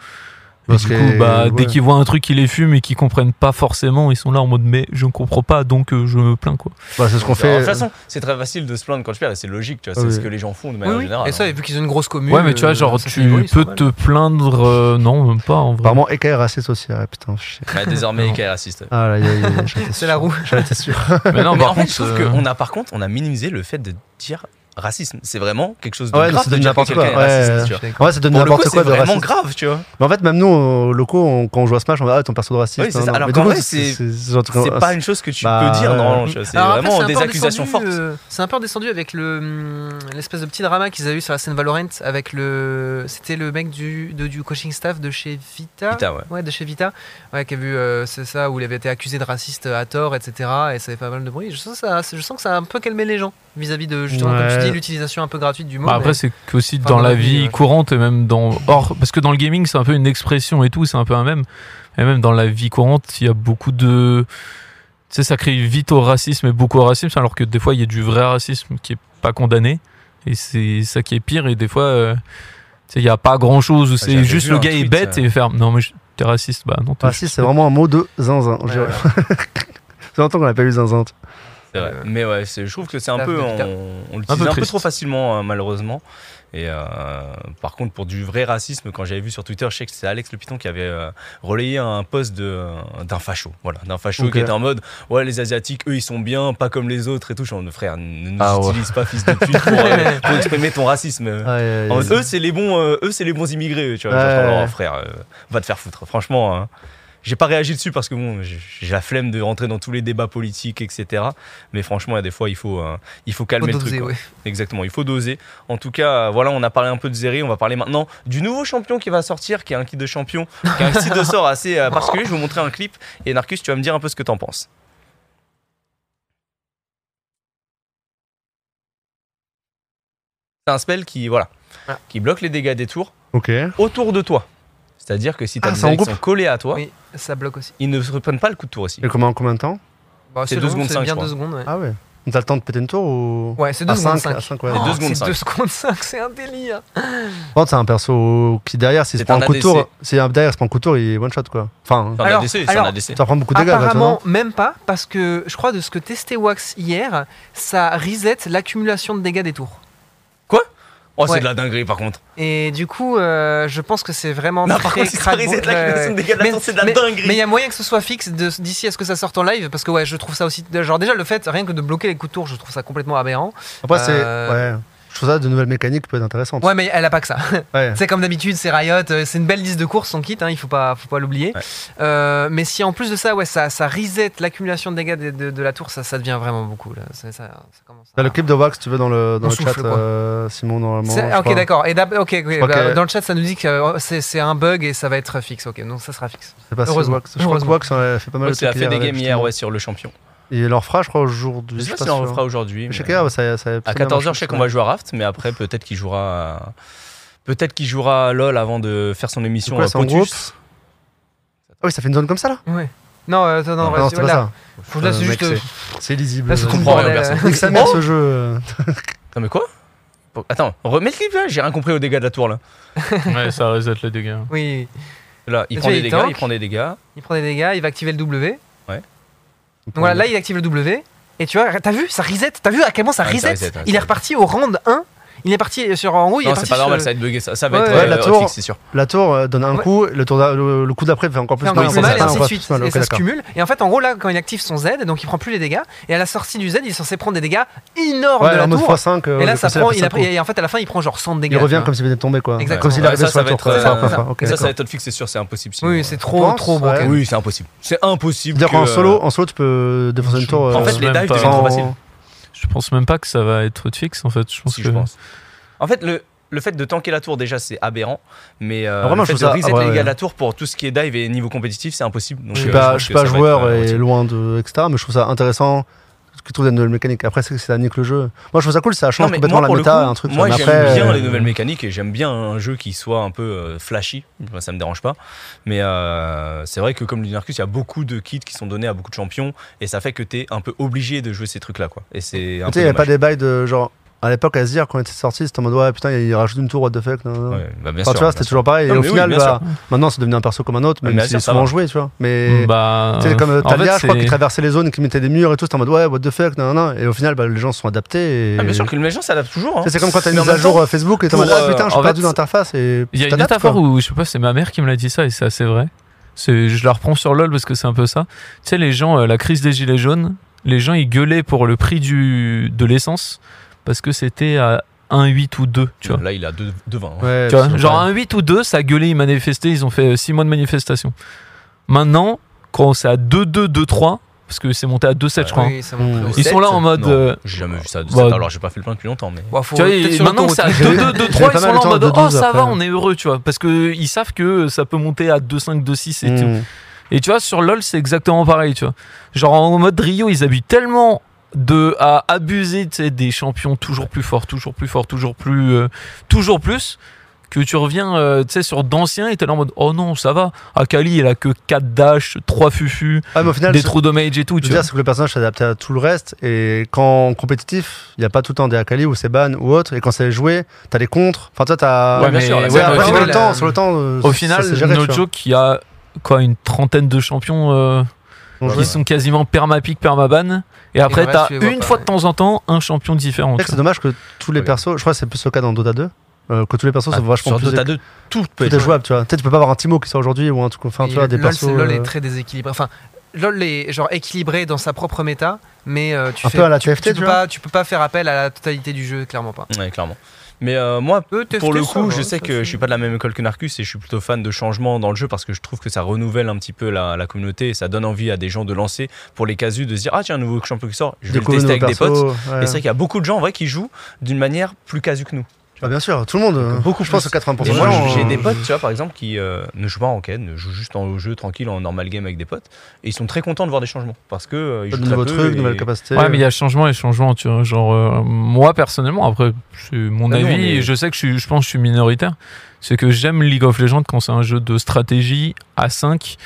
Speaker 1: Et
Speaker 2: Parce
Speaker 1: du
Speaker 2: que-
Speaker 1: coup, bah,
Speaker 2: ouais.
Speaker 1: dès qu'ils voient un truc qui les fume et qu'ils comprennent pas forcément, ils sont là en mode mais je ne comprends pas donc euh, je me plains quoi.
Speaker 2: Bah, c'est ce qu'on
Speaker 3: Alors,
Speaker 2: fait. Ah
Speaker 3: De toute façon, c'est très facile de se plaindre quand tu perds et c'est logique, tu vois, c'est
Speaker 2: Oui.
Speaker 3: ce que les gens font de
Speaker 4: oui,
Speaker 3: manière
Speaker 4: oui.
Speaker 3: générale.
Speaker 4: et ça
Speaker 3: hein.
Speaker 4: et vu qu'ils ont une grosse commune
Speaker 1: Ouais, mais tu vois,
Speaker 4: euh,
Speaker 1: genre
Speaker 4: ça,
Speaker 1: tu
Speaker 4: c'est- oui, ils sont
Speaker 1: peux
Speaker 4: mal.
Speaker 1: te plaindre, euh, non, même pas en vrai.
Speaker 2: Apparemment, EK est raciste aussi. Ah, putain, chier.
Speaker 3: Bah, désormais, Eika est raciste.
Speaker 2: Ah là, y a- y a- j'en étais
Speaker 4: c'est la
Speaker 2: sûr.
Speaker 4: roue
Speaker 2: J'en étais sûr.
Speaker 1: Mais non,
Speaker 3: Mais
Speaker 1: par
Speaker 3: en fait,
Speaker 1: contre,
Speaker 3: je trouve
Speaker 1: euh,
Speaker 3: qu'on a par contre, on a minimisé le fait de dire racisme. C'est vraiment quelque chose de
Speaker 2: Ouais, non,
Speaker 3: grave
Speaker 2: c'est
Speaker 3: de
Speaker 2: devenu
Speaker 3: dire que
Speaker 2: n'importe quoi.
Speaker 3: quelqu'un est
Speaker 2: Ouais,
Speaker 3: raciste,
Speaker 2: ouais.
Speaker 3: tu vois.
Speaker 2: Ouais, ça donne
Speaker 3: Pour le coup,
Speaker 2: n'importe
Speaker 3: c'est
Speaker 2: quoi de
Speaker 3: vraiment
Speaker 2: raciste.
Speaker 3: grave, tu vois.
Speaker 2: Mais en fait, même nous, aux locaux, on- quand on joue à Smash, on va ah, ton perso de raciste.
Speaker 3: Oui, c'est
Speaker 2: non,
Speaker 3: ça.
Speaker 2: non.
Speaker 3: Alors
Speaker 2: Mais
Speaker 3: qu'en
Speaker 2: du coup,
Speaker 3: vrai, c'est-
Speaker 2: ce genre de truc-
Speaker 3: C'est pas une chose que tu
Speaker 2: Bah,
Speaker 3: peux dire
Speaker 2: ouais.
Speaker 3: normalement, tu vois, c'est
Speaker 4: euh, Alors après,
Speaker 3: vraiment
Speaker 4: c'est un
Speaker 3: des
Speaker 4: peu
Speaker 3: accusations
Speaker 4: redescendu,
Speaker 3: fortes.
Speaker 4: euh, c'est un peu descendu avec le hum, l'espèce de petit drama qu'ils avaient eu sur la scène Valorant avec le c'était le mec du de- du coaching staff de chez Vita.
Speaker 3: Putain, ouais.
Speaker 4: Ouais, de chez Vita, ouais, qui a vu, euh, c'est ça, où il avait été accusé de raciste euh, à tort, etc. Et ça avait fait pas mal de bruit. Je sens que ça, je sens que ça a un peu calmé les gens vis-à-vis de, justement, comme
Speaker 2: Ouais.
Speaker 4: tu dis, l'utilisation un peu gratuite du mot.
Speaker 1: Bah, après,
Speaker 4: mais-
Speaker 1: c'est qu'aussi
Speaker 4: Enfin,
Speaker 1: dans
Speaker 4: dans
Speaker 1: la
Speaker 4: la vie,
Speaker 1: vie euh,
Speaker 4: ouais.
Speaker 1: courante et même dans. Or, parce que dans le gaming, c'est un peu une expression et tout, c'est un peu un même. Et même dans la vie courante, il y a beaucoup de. Tu sais, ça crée vite au racisme et beaucoup au racisme, alors que des fois, il y a du vrai racisme qui est pas condamné. Et c'est ça qui est pire. Et des fois, euh, tu sais, il n'y a pas grand
Speaker 2: Bah,
Speaker 1: chose où c'est
Speaker 3: j'avais
Speaker 1: juste
Speaker 3: vu
Speaker 1: le
Speaker 3: un
Speaker 1: gars est
Speaker 3: tweet,
Speaker 1: bête
Speaker 3: euh.
Speaker 1: et faire Non, mais je- t'es raciste. Bah non, t'es
Speaker 2: Raciste, Ah, c'est vraiment un mot de zinzin. je
Speaker 4: Ouais,
Speaker 2: dirais.
Speaker 4: ouais.
Speaker 2: Ça fait longtemps qu'on n'a pas eu zinzin.
Speaker 3: C'est vrai.
Speaker 4: Euh,
Speaker 3: Mais ouais, c'est- je trouve que c'est un
Speaker 4: Staff
Speaker 3: peu.
Speaker 4: de Vita.
Speaker 3: On, on l'utilise un, peu
Speaker 1: triste.
Speaker 3: trop facilement, euh, malheureusement. Et euh, par contre, pour du vrai racisme, quand j'avais vu sur Twitter, je sais que c'est Alex Le Piton qui avait euh, relayé un post de- euh, d'un facho. Voilà, d'un facho
Speaker 2: Ok.
Speaker 3: qui était en mode Ouais, les Asiatiques, eux, ils sont bien, pas comme les autres et tout. Je suis en mode, Frère, ne nous
Speaker 2: Ah ouais.
Speaker 3: utilise pas, fils de pute, pour, euh, pour exprimer ton racisme. En mode, eux, c'est les bons, euh, eux, c'est les bons immigrés, eux, tu vois. Genre,
Speaker 2: Ouais.
Speaker 3: genre, oh, frère, euh, va te faire foutre. Franchement, hein. j'ai pas réagi dessus parce que bon, j'ai j'ai la flemme de rentrer dans tous les débats politiques, etc. Mais franchement, il y a des fois, il faut, euh, il faut calmer
Speaker 4: Faut
Speaker 3: le
Speaker 4: doser,
Speaker 3: truc. quoi.
Speaker 4: ouais.
Speaker 3: Exactement, il faut doser. En tout cas, euh, voilà, on a parlé un peu de Zeri. On va parler maintenant du nouveau champion qui va sortir, qui est un kit de champion, qui a un kit de sort assez euh, particulier. Je vais vous montrer un clip et Narcus, tu vas me dire un peu ce que t'en penses. C'est un spell qui, voilà,
Speaker 4: Ah.
Speaker 3: qui bloque les dégâts des tours
Speaker 2: Ok.
Speaker 3: autour de toi. C'est-à-dire que si t'as
Speaker 2: Ah,
Speaker 3: des
Speaker 2: c'est en
Speaker 3: ailes qui
Speaker 2: groupe.
Speaker 3: sont collés à toi,
Speaker 4: Oui, ça bloque aussi.
Speaker 3: ils ne se reprennent pas le coup de tour aussi.
Speaker 2: Et comment, en combien de temps
Speaker 4: Bah,
Speaker 3: C'est
Speaker 4: selon,
Speaker 3: deux secondes
Speaker 4: c'est
Speaker 3: cinq,
Speaker 4: bien
Speaker 3: je crois.
Speaker 4: 2 secondes, ouais.
Speaker 2: Ah ouais. T'as le temps de péter une tour ou
Speaker 4: Ouais, c'est
Speaker 2: À
Speaker 4: 2 secondes
Speaker 2: cinq,
Speaker 4: 5.
Speaker 2: à cinq, ouais.
Speaker 3: Les deux secondes
Speaker 4: c'est
Speaker 3: cinq.
Speaker 4: 2 secondes 5, c'est un délire.
Speaker 2: Par contre, c'est un perso qui derrière, s'il se
Speaker 3: C'est
Speaker 2: prend
Speaker 3: un
Speaker 2: un coup de tour,
Speaker 3: ADC.
Speaker 2: si un derrière se prend un coup de tour, il est one shot quoi. Enfin,
Speaker 3: C'est un
Speaker 4: Alors-
Speaker 3: ADC, c'est
Speaker 4: alors-
Speaker 3: un ADC.
Speaker 2: ça prend beaucoup de dégâts. quoi, tu vois, non
Speaker 4: Apparemment, même pas, parce que je crois de ce que testait Wax hier, ça reset l'accumulation de dégâts des tours.
Speaker 3: Oh, c'est
Speaker 4: Ouais.
Speaker 3: de la dinguerie par contre.
Speaker 4: Et du coup, euh, je pense que c'est vraiment
Speaker 3: Non,
Speaker 4: très
Speaker 3: par contre, si ça
Speaker 4: crade- euh,
Speaker 3: reset
Speaker 4: ouais,
Speaker 3: l'accumulation de dégâts de la
Speaker 4: mais-
Speaker 3: tour, c'est de la
Speaker 4: mais-
Speaker 3: dinguerie.
Speaker 4: Mais il y a moyen que ce soit fixe de- d'ici à ce que ça sorte en live, parce que ouais, je trouve ça aussi. Genre, déjà, le fait, rien que de bloquer les coups de tour, je trouve ça complètement aberrant.
Speaker 2: Après, c'est.
Speaker 4: Euh,
Speaker 2: Ouais. Je trouve ça de nouvelles mécaniques peut être intéressantes.
Speaker 4: Ouais, mais elle a pas que ça.
Speaker 2: Ouais.
Speaker 4: c'est comme d'habitude, c'est Riot, euh, c'est une belle liste de courses, son kit, hein, il faut pas, faut pas l'oublier.
Speaker 3: Ouais.
Speaker 4: Euh, mais si en plus de ça, ouais, ça, ça reset l'accumulation de dégâts de, de- de la tour, ça, ça devient vraiment beaucoup. Là. Ça, ça- ça commence à-
Speaker 2: T'as le clip de Wax, tu veux, dans le, dans
Speaker 4: On
Speaker 2: le chat,
Speaker 4: souffle, quoi.
Speaker 2: euh, Simon, normalement.
Speaker 4: C'est- ah,
Speaker 2: je
Speaker 4: ok,
Speaker 2: crois.
Speaker 4: d'accord. Et d'ab- ok, oui,
Speaker 2: crois
Speaker 4: bah,
Speaker 2: que-
Speaker 4: Dans le chat, ça nous dit que euh, c'est c'est un bug et ça va être fixe. Ok, donc ça sera fixe.
Speaker 2: C'est pas si
Speaker 4: Heureusement.
Speaker 2: Wax. Je crois que
Speaker 4: Heureusement.
Speaker 2: Wax euh, fait pas mal
Speaker 3: Ouais,
Speaker 2: de
Speaker 3: c'est la
Speaker 2: trucs
Speaker 3: fait des
Speaker 2: avec,
Speaker 3: games hier
Speaker 2: justement.
Speaker 3: ouais, sur le champion.
Speaker 2: Il leur fera, je crois, aujourd'hui.
Speaker 3: Je sais pas
Speaker 2: suis
Speaker 3: si
Speaker 2: pas
Speaker 3: on
Speaker 2: sûr.
Speaker 3: le fera aujourd'hui.
Speaker 4: hein.
Speaker 2: Mais
Speaker 3: mais- euh,
Speaker 2: Shaker, ça, ça
Speaker 3: À 14h, je sais qu'on va jouer à Raft, mais après, peut-être qu'il jouera. à- Peut-être qu'il jouera à LoL avant de faire son émission
Speaker 2: quoi,
Speaker 3: à
Speaker 2: c'est en
Speaker 3: Pontus.
Speaker 2: Ah oui, ça fait une zone comme ça là
Speaker 4: Ouais. Non, euh, attends,
Speaker 2: Ah
Speaker 4: non, ouais,
Speaker 2: non,
Speaker 4: c'est-
Speaker 2: c'est pas
Speaker 4: là,
Speaker 2: ça.
Speaker 4: faut- là, c'est
Speaker 2: Euh, mec,
Speaker 4: juste. euh,
Speaker 2: c'est- C'est lisible.
Speaker 4: Là, c'est
Speaker 3: Je
Speaker 4: tout le
Speaker 3: comprends rien,
Speaker 4: bordel,
Speaker 3: personne. Oh
Speaker 4: euh,
Speaker 2: Nique sa mère ce jeu. euh.
Speaker 3: Non, mais quoi Pour- Attends, remets le clip là, j'ai rien compris aux dégâts de la tour là.
Speaker 1: Ouais, ça reset les dégâts.
Speaker 4: Oui,
Speaker 3: Là, il
Speaker 4: Tu
Speaker 3: prend
Speaker 4: vois,
Speaker 3: des
Speaker 4: il
Speaker 3: dégâts, il
Speaker 4: tank.
Speaker 3: prend des dégâts.
Speaker 4: il prend des dégâts, il va activer le W. Donc voilà, là il active le W. Et tu vois, t'as vu, ça reset. T'as vu à quel point ça
Speaker 3: Ouais, ça
Speaker 4: reset
Speaker 3: reset, ouais,
Speaker 4: Il
Speaker 3: ça
Speaker 4: est reparti au round 1. Il est parti sur en haut, il est
Speaker 3: non,
Speaker 4: parti
Speaker 3: c'est pas
Speaker 4: sur-
Speaker 3: normal, ça va être bugué, ça, ça va
Speaker 4: Ouais,
Speaker 3: être
Speaker 4: ouais,
Speaker 3: euh,
Speaker 2: la
Speaker 3: hotfix,
Speaker 2: tour.
Speaker 3: c'est sûr.
Speaker 2: La tour euh, donne un
Speaker 4: Ouais.
Speaker 2: coup, le, tour d'a- le, le coup d'après fait encore plus
Speaker 4: fait encore
Speaker 2: mal.
Speaker 4: plus
Speaker 2: on
Speaker 4: mal,
Speaker 2: passe
Speaker 4: et
Speaker 2: pas, on
Speaker 4: ainsi de
Speaker 2: passe
Speaker 4: suite.
Speaker 2: plus mal,
Speaker 4: Et
Speaker 2: ok,
Speaker 4: ça se
Speaker 2: d'accord.
Speaker 4: cumule. Et en fait, en gros, là, quand il active son Z, donc il prend plus les dégâts. Et à la sortie du Z, il est censé prendre des dégâts énormes
Speaker 2: Ouais,
Speaker 4: de la
Speaker 2: en mode
Speaker 4: tour.
Speaker 2: x5. euh,
Speaker 4: Et là,
Speaker 2: le
Speaker 4: ça
Speaker 2: passé,
Speaker 4: prend,
Speaker 2: après,
Speaker 4: il a
Speaker 2: ça
Speaker 4: pris,
Speaker 2: prend.
Speaker 4: et en fait, à la fin, il prend genre 100 de dégâts.
Speaker 2: Il
Speaker 4: tu
Speaker 2: revient
Speaker 4: vois.
Speaker 2: comme s'il venait de tomber quoi.
Speaker 4: Exactement.
Speaker 2: Comme s'il
Speaker 3: hein. Ouais,
Speaker 2: arrivait
Speaker 3: ça,
Speaker 2: sur
Speaker 3: ça
Speaker 2: la tour.
Speaker 3: va être, euh,
Speaker 2: C'est la première fois, ok,
Speaker 3: ça, ça
Speaker 2: d'accord.
Speaker 3: va être hotfix, c'est sûr, c'est impossible. sinon,
Speaker 4: Oui,
Speaker 3: euh.
Speaker 4: c'est
Speaker 2: Je
Speaker 4: trop,
Speaker 2: pense,
Speaker 4: trop broken.
Speaker 2: ouais.
Speaker 3: Oui, c'est impossible. C'est impossible.
Speaker 2: C'est-à-dire
Speaker 3: que,
Speaker 2: qu'en
Speaker 3: euh,
Speaker 2: solo, en solo, tu peux défoncer une tour.
Speaker 3: En
Speaker 2: euh,
Speaker 3: fait, les
Speaker 1: même
Speaker 3: dives
Speaker 1: pas.
Speaker 3: deviennent
Speaker 2: sans-
Speaker 3: trop faciles.
Speaker 1: Je pense même pas que ça va être fixe en fait. Je pense
Speaker 3: Si,
Speaker 1: que.
Speaker 3: je pense. En fait, le, le fait de tanker la tour, déjà, c'est aberrant. Mais euh,
Speaker 2: Ah, vraiment,
Speaker 3: le fait
Speaker 2: je trouve
Speaker 3: de
Speaker 2: ça-
Speaker 3: reset
Speaker 2: ah, ouais,
Speaker 3: les dégâts
Speaker 2: ouais.
Speaker 3: de la tour pour tout ce qui est dive et niveau compétitif, c'est impossible. Donc,
Speaker 2: Je
Speaker 3: euh,
Speaker 2: suis pas,
Speaker 3: pense
Speaker 2: Bah, je suis
Speaker 3: que
Speaker 2: pas
Speaker 3: ça va
Speaker 2: joueur
Speaker 3: être, euh,
Speaker 2: et
Speaker 3: routine.
Speaker 2: loin de etc. Mais je trouve ça intéressant. Ce que trouve des nouvelles mécaniques. Après, c'est que ça nique le jeu. Moi, je trouve ça cool. Ça
Speaker 3: Non,
Speaker 2: change
Speaker 3: mais
Speaker 2: complètement
Speaker 3: moi, pour
Speaker 2: la
Speaker 3: le
Speaker 2: méta,
Speaker 3: coup,
Speaker 2: un truc.
Speaker 3: Moi,
Speaker 2: mais
Speaker 3: j'aime
Speaker 2: après,
Speaker 3: bien
Speaker 2: euh,
Speaker 3: les nouvelles mécaniques et j'aime bien un jeu qui soit un peu euh, flashy. Moi, ça me dérange pas. Mais euh, c'est vrai que, comme le dit Narcus, il y a beaucoup de kits qui sont donnés à beaucoup de champions et ça fait que tu es un peu obligé de jouer ces trucs-là. quoi. Et c'est un
Speaker 2: Tu sais,
Speaker 3: peu.
Speaker 2: il n'y avait pas
Speaker 3: dommage.
Speaker 2: des bails de genre. À l'époque, à se dire quand on était sorti, c'était en mode ouais, putain, il rajoute une tour, what the fuck. non, non.
Speaker 3: Ouais, bah, bien
Speaker 2: Enfin,
Speaker 3: sûr,
Speaker 2: tu vois,
Speaker 3: bien
Speaker 2: c'était
Speaker 3: sûr.
Speaker 2: toujours pareil.
Speaker 3: Non,
Speaker 2: et au
Speaker 3: mais oui,
Speaker 2: final,
Speaker 3: bien
Speaker 2: bah, maintenant, c'est devenu un perso comme un autre,
Speaker 3: Mais
Speaker 2: même
Speaker 3: bien
Speaker 2: si
Speaker 3: sûr,
Speaker 2: c'est
Speaker 3: ça
Speaker 2: souvent
Speaker 3: va.
Speaker 2: joué, tu vois. Mais
Speaker 1: Bah.
Speaker 2: tu sais, comme
Speaker 1: en
Speaker 2: Talia,
Speaker 1: fait,
Speaker 2: je crois,
Speaker 1: c'est-
Speaker 2: qui traversait les zones, qui mettait des murs et tout, c'était en mode ouais, what the fuck, non, non. Et au final, bah, les gens se sont adaptés. Et...
Speaker 3: Ah, bien sûr que les gens s'adaptent toujours.
Speaker 2: Tu
Speaker 3: hein.
Speaker 2: sais, C'est comme quand t'as une
Speaker 3: Mais en
Speaker 2: mise à
Speaker 3: même
Speaker 2: jour euh, Facebook et t'es en
Speaker 3: pour,
Speaker 2: mode ah
Speaker 3: euh,
Speaker 2: putain,
Speaker 1: en
Speaker 2: j'ai
Speaker 1: fait,
Speaker 2: perdu l'interface. et
Speaker 1: Il y a une
Speaker 2: t'adaptes,
Speaker 1: métaphore
Speaker 2: quoi.
Speaker 1: où, je sais pas, c'est ma mère qui me l'a dit ça, et c'est assez vrai. C'est, je la reprends sur LOL parce que c'est un peu ça. Tu sais, les gens, euh, la crise des gilets jaunes, les gens, ils gueulaient pour le prix du, de l'essence parce que c'était à 1,8 ou 2, tu vois.
Speaker 3: Là, il a 2 devant.
Speaker 2: Ouais,
Speaker 1: Tu vois,
Speaker 2: c'est
Speaker 1: genre
Speaker 2: vrai.
Speaker 1: un 8 ou 2, ça a gueulé, ils manifestaient, ils ont fait 6 mois de manifestation. Maintenant, quand c'est à 2, 2, 2, 3, parce que c'est monté à 2, 7, je crois. hein.
Speaker 4: Oui, ça monte
Speaker 2: Mmh.
Speaker 4: plus haut.
Speaker 1: Ils sont là en mode, euh,
Speaker 3: J'ai jamais vu ça. de
Speaker 1: bah,
Speaker 3: cette- alors, j'ai pas fait le plein depuis longtemps, mais.
Speaker 4: Bon, faut
Speaker 1: Tu vois,
Speaker 4: peut-être
Speaker 1: et
Speaker 4: sur
Speaker 1: maintenant que c'est à
Speaker 4: l'autoroute.
Speaker 1: 2, 2, 2, 3,
Speaker 2: J'ai
Speaker 1: ils
Speaker 2: pas
Speaker 1: sont
Speaker 2: mal
Speaker 1: là
Speaker 2: de
Speaker 1: en mode
Speaker 2: temps de
Speaker 1: Oh,
Speaker 2: 12
Speaker 1: ça
Speaker 2: après. hein.
Speaker 1: va, on est heureux, tu vois. Parce que ils savent que euh, ça peut monter à 2, 5, 2, 6 et tout.
Speaker 2: Mm.
Speaker 1: Et tu vois, sur LoL, c'est exactement pareil, tu vois. Genre, en mode Rio, ils habillent tellement de, à abuser tu sais, des champions toujours plus forts, toujours plus forts, toujours plus, euh, toujours plus, que tu reviens, euh, tu sais, sur d'anciens et t'es là en mode, oh non, ça va. Akali, elle a que 4 dash, 3 fufu,
Speaker 2: Ouais, mais au final,
Speaker 1: des
Speaker 2: ce-
Speaker 1: trous damage et tout,
Speaker 2: Je
Speaker 1: tu
Speaker 2: veux
Speaker 1: vois.
Speaker 2: dire, c'est que le personnage s'adapte à tout le reste. Et quand en compétitif, il n'y a pas tout le temps des Akali ou c'est ban ou autre. Et quand c'est joué, t'as les contres. Enfin, toi, t'as.
Speaker 1: Ouais,
Speaker 2: Ouais,
Speaker 1: mais-
Speaker 3: sûr, là,
Speaker 1: ouais,
Speaker 3: c'est-
Speaker 2: après,
Speaker 1: au
Speaker 2: sur,
Speaker 1: final,
Speaker 2: le temps,
Speaker 4: euh,
Speaker 2: sur le temps, euh,
Speaker 1: Au
Speaker 2: ça
Speaker 1: final,
Speaker 2: s'est géré, tu vois.
Speaker 1: Nojo, qui a quoi, une trentaine de champions, euh,
Speaker 2: Bon,
Speaker 1: qui
Speaker 2: je-
Speaker 1: sont quasiment permapic, permaban, et après,
Speaker 4: le reste,
Speaker 1: t'as
Speaker 4: tu les vois
Speaker 1: une
Speaker 4: pas,
Speaker 1: fois de
Speaker 4: ouais.
Speaker 1: temps en temps un champion différent.
Speaker 2: C'est vrai
Speaker 1: tu
Speaker 2: que
Speaker 1: vois.
Speaker 2: c'est dommage que tous les
Speaker 3: Oui.
Speaker 2: persos, je crois que c'est plus le cas dans Dota 2, euh, que tous les
Speaker 1: Ah,
Speaker 2: persos sont vachement
Speaker 3: Sur
Speaker 2: plus.
Speaker 3: Dota 2, tout peut
Speaker 2: Tout
Speaker 3: être
Speaker 2: est jouable, tu vois. Tu sais, tu peux pas avoir un Timo qui sort aujourd'hui ou un truc. Enfin,
Speaker 4: Et
Speaker 2: tu vois, des
Speaker 4: LOL,
Speaker 2: persos.
Speaker 4: c'est- LOL
Speaker 2: euh,
Speaker 4: est très déséquilibré. Enfin, LOL est genre équilibré dans sa propre méta, mais euh, tu
Speaker 2: Un
Speaker 4: fais-
Speaker 2: peu à la
Speaker 4: tu-
Speaker 2: TFT,
Speaker 4: tu
Speaker 2: tu
Speaker 4: peux
Speaker 2: vois.
Speaker 4: pas, tu peux pas faire appel à la totalité du jeu, clairement pas.
Speaker 3: Ouais, clairement. Mais euh, moi,
Speaker 4: Euh, TFT,
Speaker 3: pour le
Speaker 4: ça
Speaker 3: coup,
Speaker 4: va,
Speaker 3: je
Speaker 4: ça
Speaker 3: sais que
Speaker 4: fait-
Speaker 3: je suis pas de la même école que Narcus et je suis plutôt fan de changement dans le jeu parce que je trouve que ça renouvelle un petit peu la, la communauté et ça donne envie à des gens de lancer pour les casus de se dire Ah, tiens, un nouveau champion qui sort, je vais le
Speaker 2: découvrir
Speaker 3: tester
Speaker 2: nos
Speaker 3: avec des potes.
Speaker 2: persos, ouais.
Speaker 3: Et c'est vrai qu'il y a beaucoup de gens en vrai qui jouent d'une manière plus casu que nous.
Speaker 2: Bah, bien sûr, tout le monde. Beaucoup, je pense,
Speaker 3: plus.
Speaker 2: que 80%
Speaker 3: Et
Speaker 2: des
Speaker 3: moi,
Speaker 2: gens,
Speaker 3: j'ai
Speaker 2: euh,
Speaker 3: des potes, tu vois, par exemple, qui euh, ne jouent pas en ranked, ne jouent juste en jeu tranquille, en normal game avec des potes. Et ils sont très contents de voir des changements parce que euh, ils
Speaker 2: De
Speaker 3: jouent très
Speaker 2: nouveaux
Speaker 3: peu
Speaker 2: trucs,
Speaker 3: et-
Speaker 2: nouvelles capacités.
Speaker 1: Ouais, mais
Speaker 3: euh.
Speaker 1: il y a changement et changement, tu vois. Genre, euh, moi, personnellement, après, c'est mon
Speaker 3: Ah non,
Speaker 1: avis,
Speaker 3: mais-
Speaker 1: et je sais que je, suis- je pense que je suis minoritaire, c'est que j'aime League of Legends quand c'est un jeu de stratégie à 5,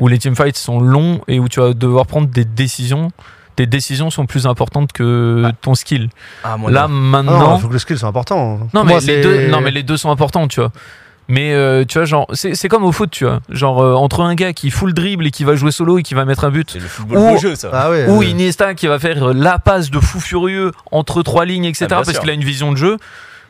Speaker 1: où les teamfights sont longs et où tu vas devoir prendre des décisions. Tes décisions sont plus importantes que ton skill.
Speaker 3: Ah, moi,
Speaker 1: Là,
Speaker 2: Ah
Speaker 3: non.
Speaker 1: maintenant.
Speaker 2: Non, il faut que les skills soient importants.
Speaker 1: Non
Speaker 2: Pour
Speaker 1: mais,
Speaker 2: hein.
Speaker 1: les
Speaker 2: moi, c'est-
Speaker 1: deux, non mais les deux sont importants tu vois. Mais euh, tu vois genre c'est c'est comme au foot tu vois. Genre euh, entre un gars qui full dribble et qui va jouer solo et qui va mettre un but
Speaker 3: c'est le football
Speaker 1: Ou-
Speaker 3: beau jeu, ça.
Speaker 2: Ah ouais.
Speaker 1: ou
Speaker 2: euh,
Speaker 1: Iniesta qui va faire euh, la passe de fou furieux entre trois lignes, etc.
Speaker 3: Ah, bien
Speaker 1: parce
Speaker 3: sûr.
Speaker 1: qu'il a une vision de jeu.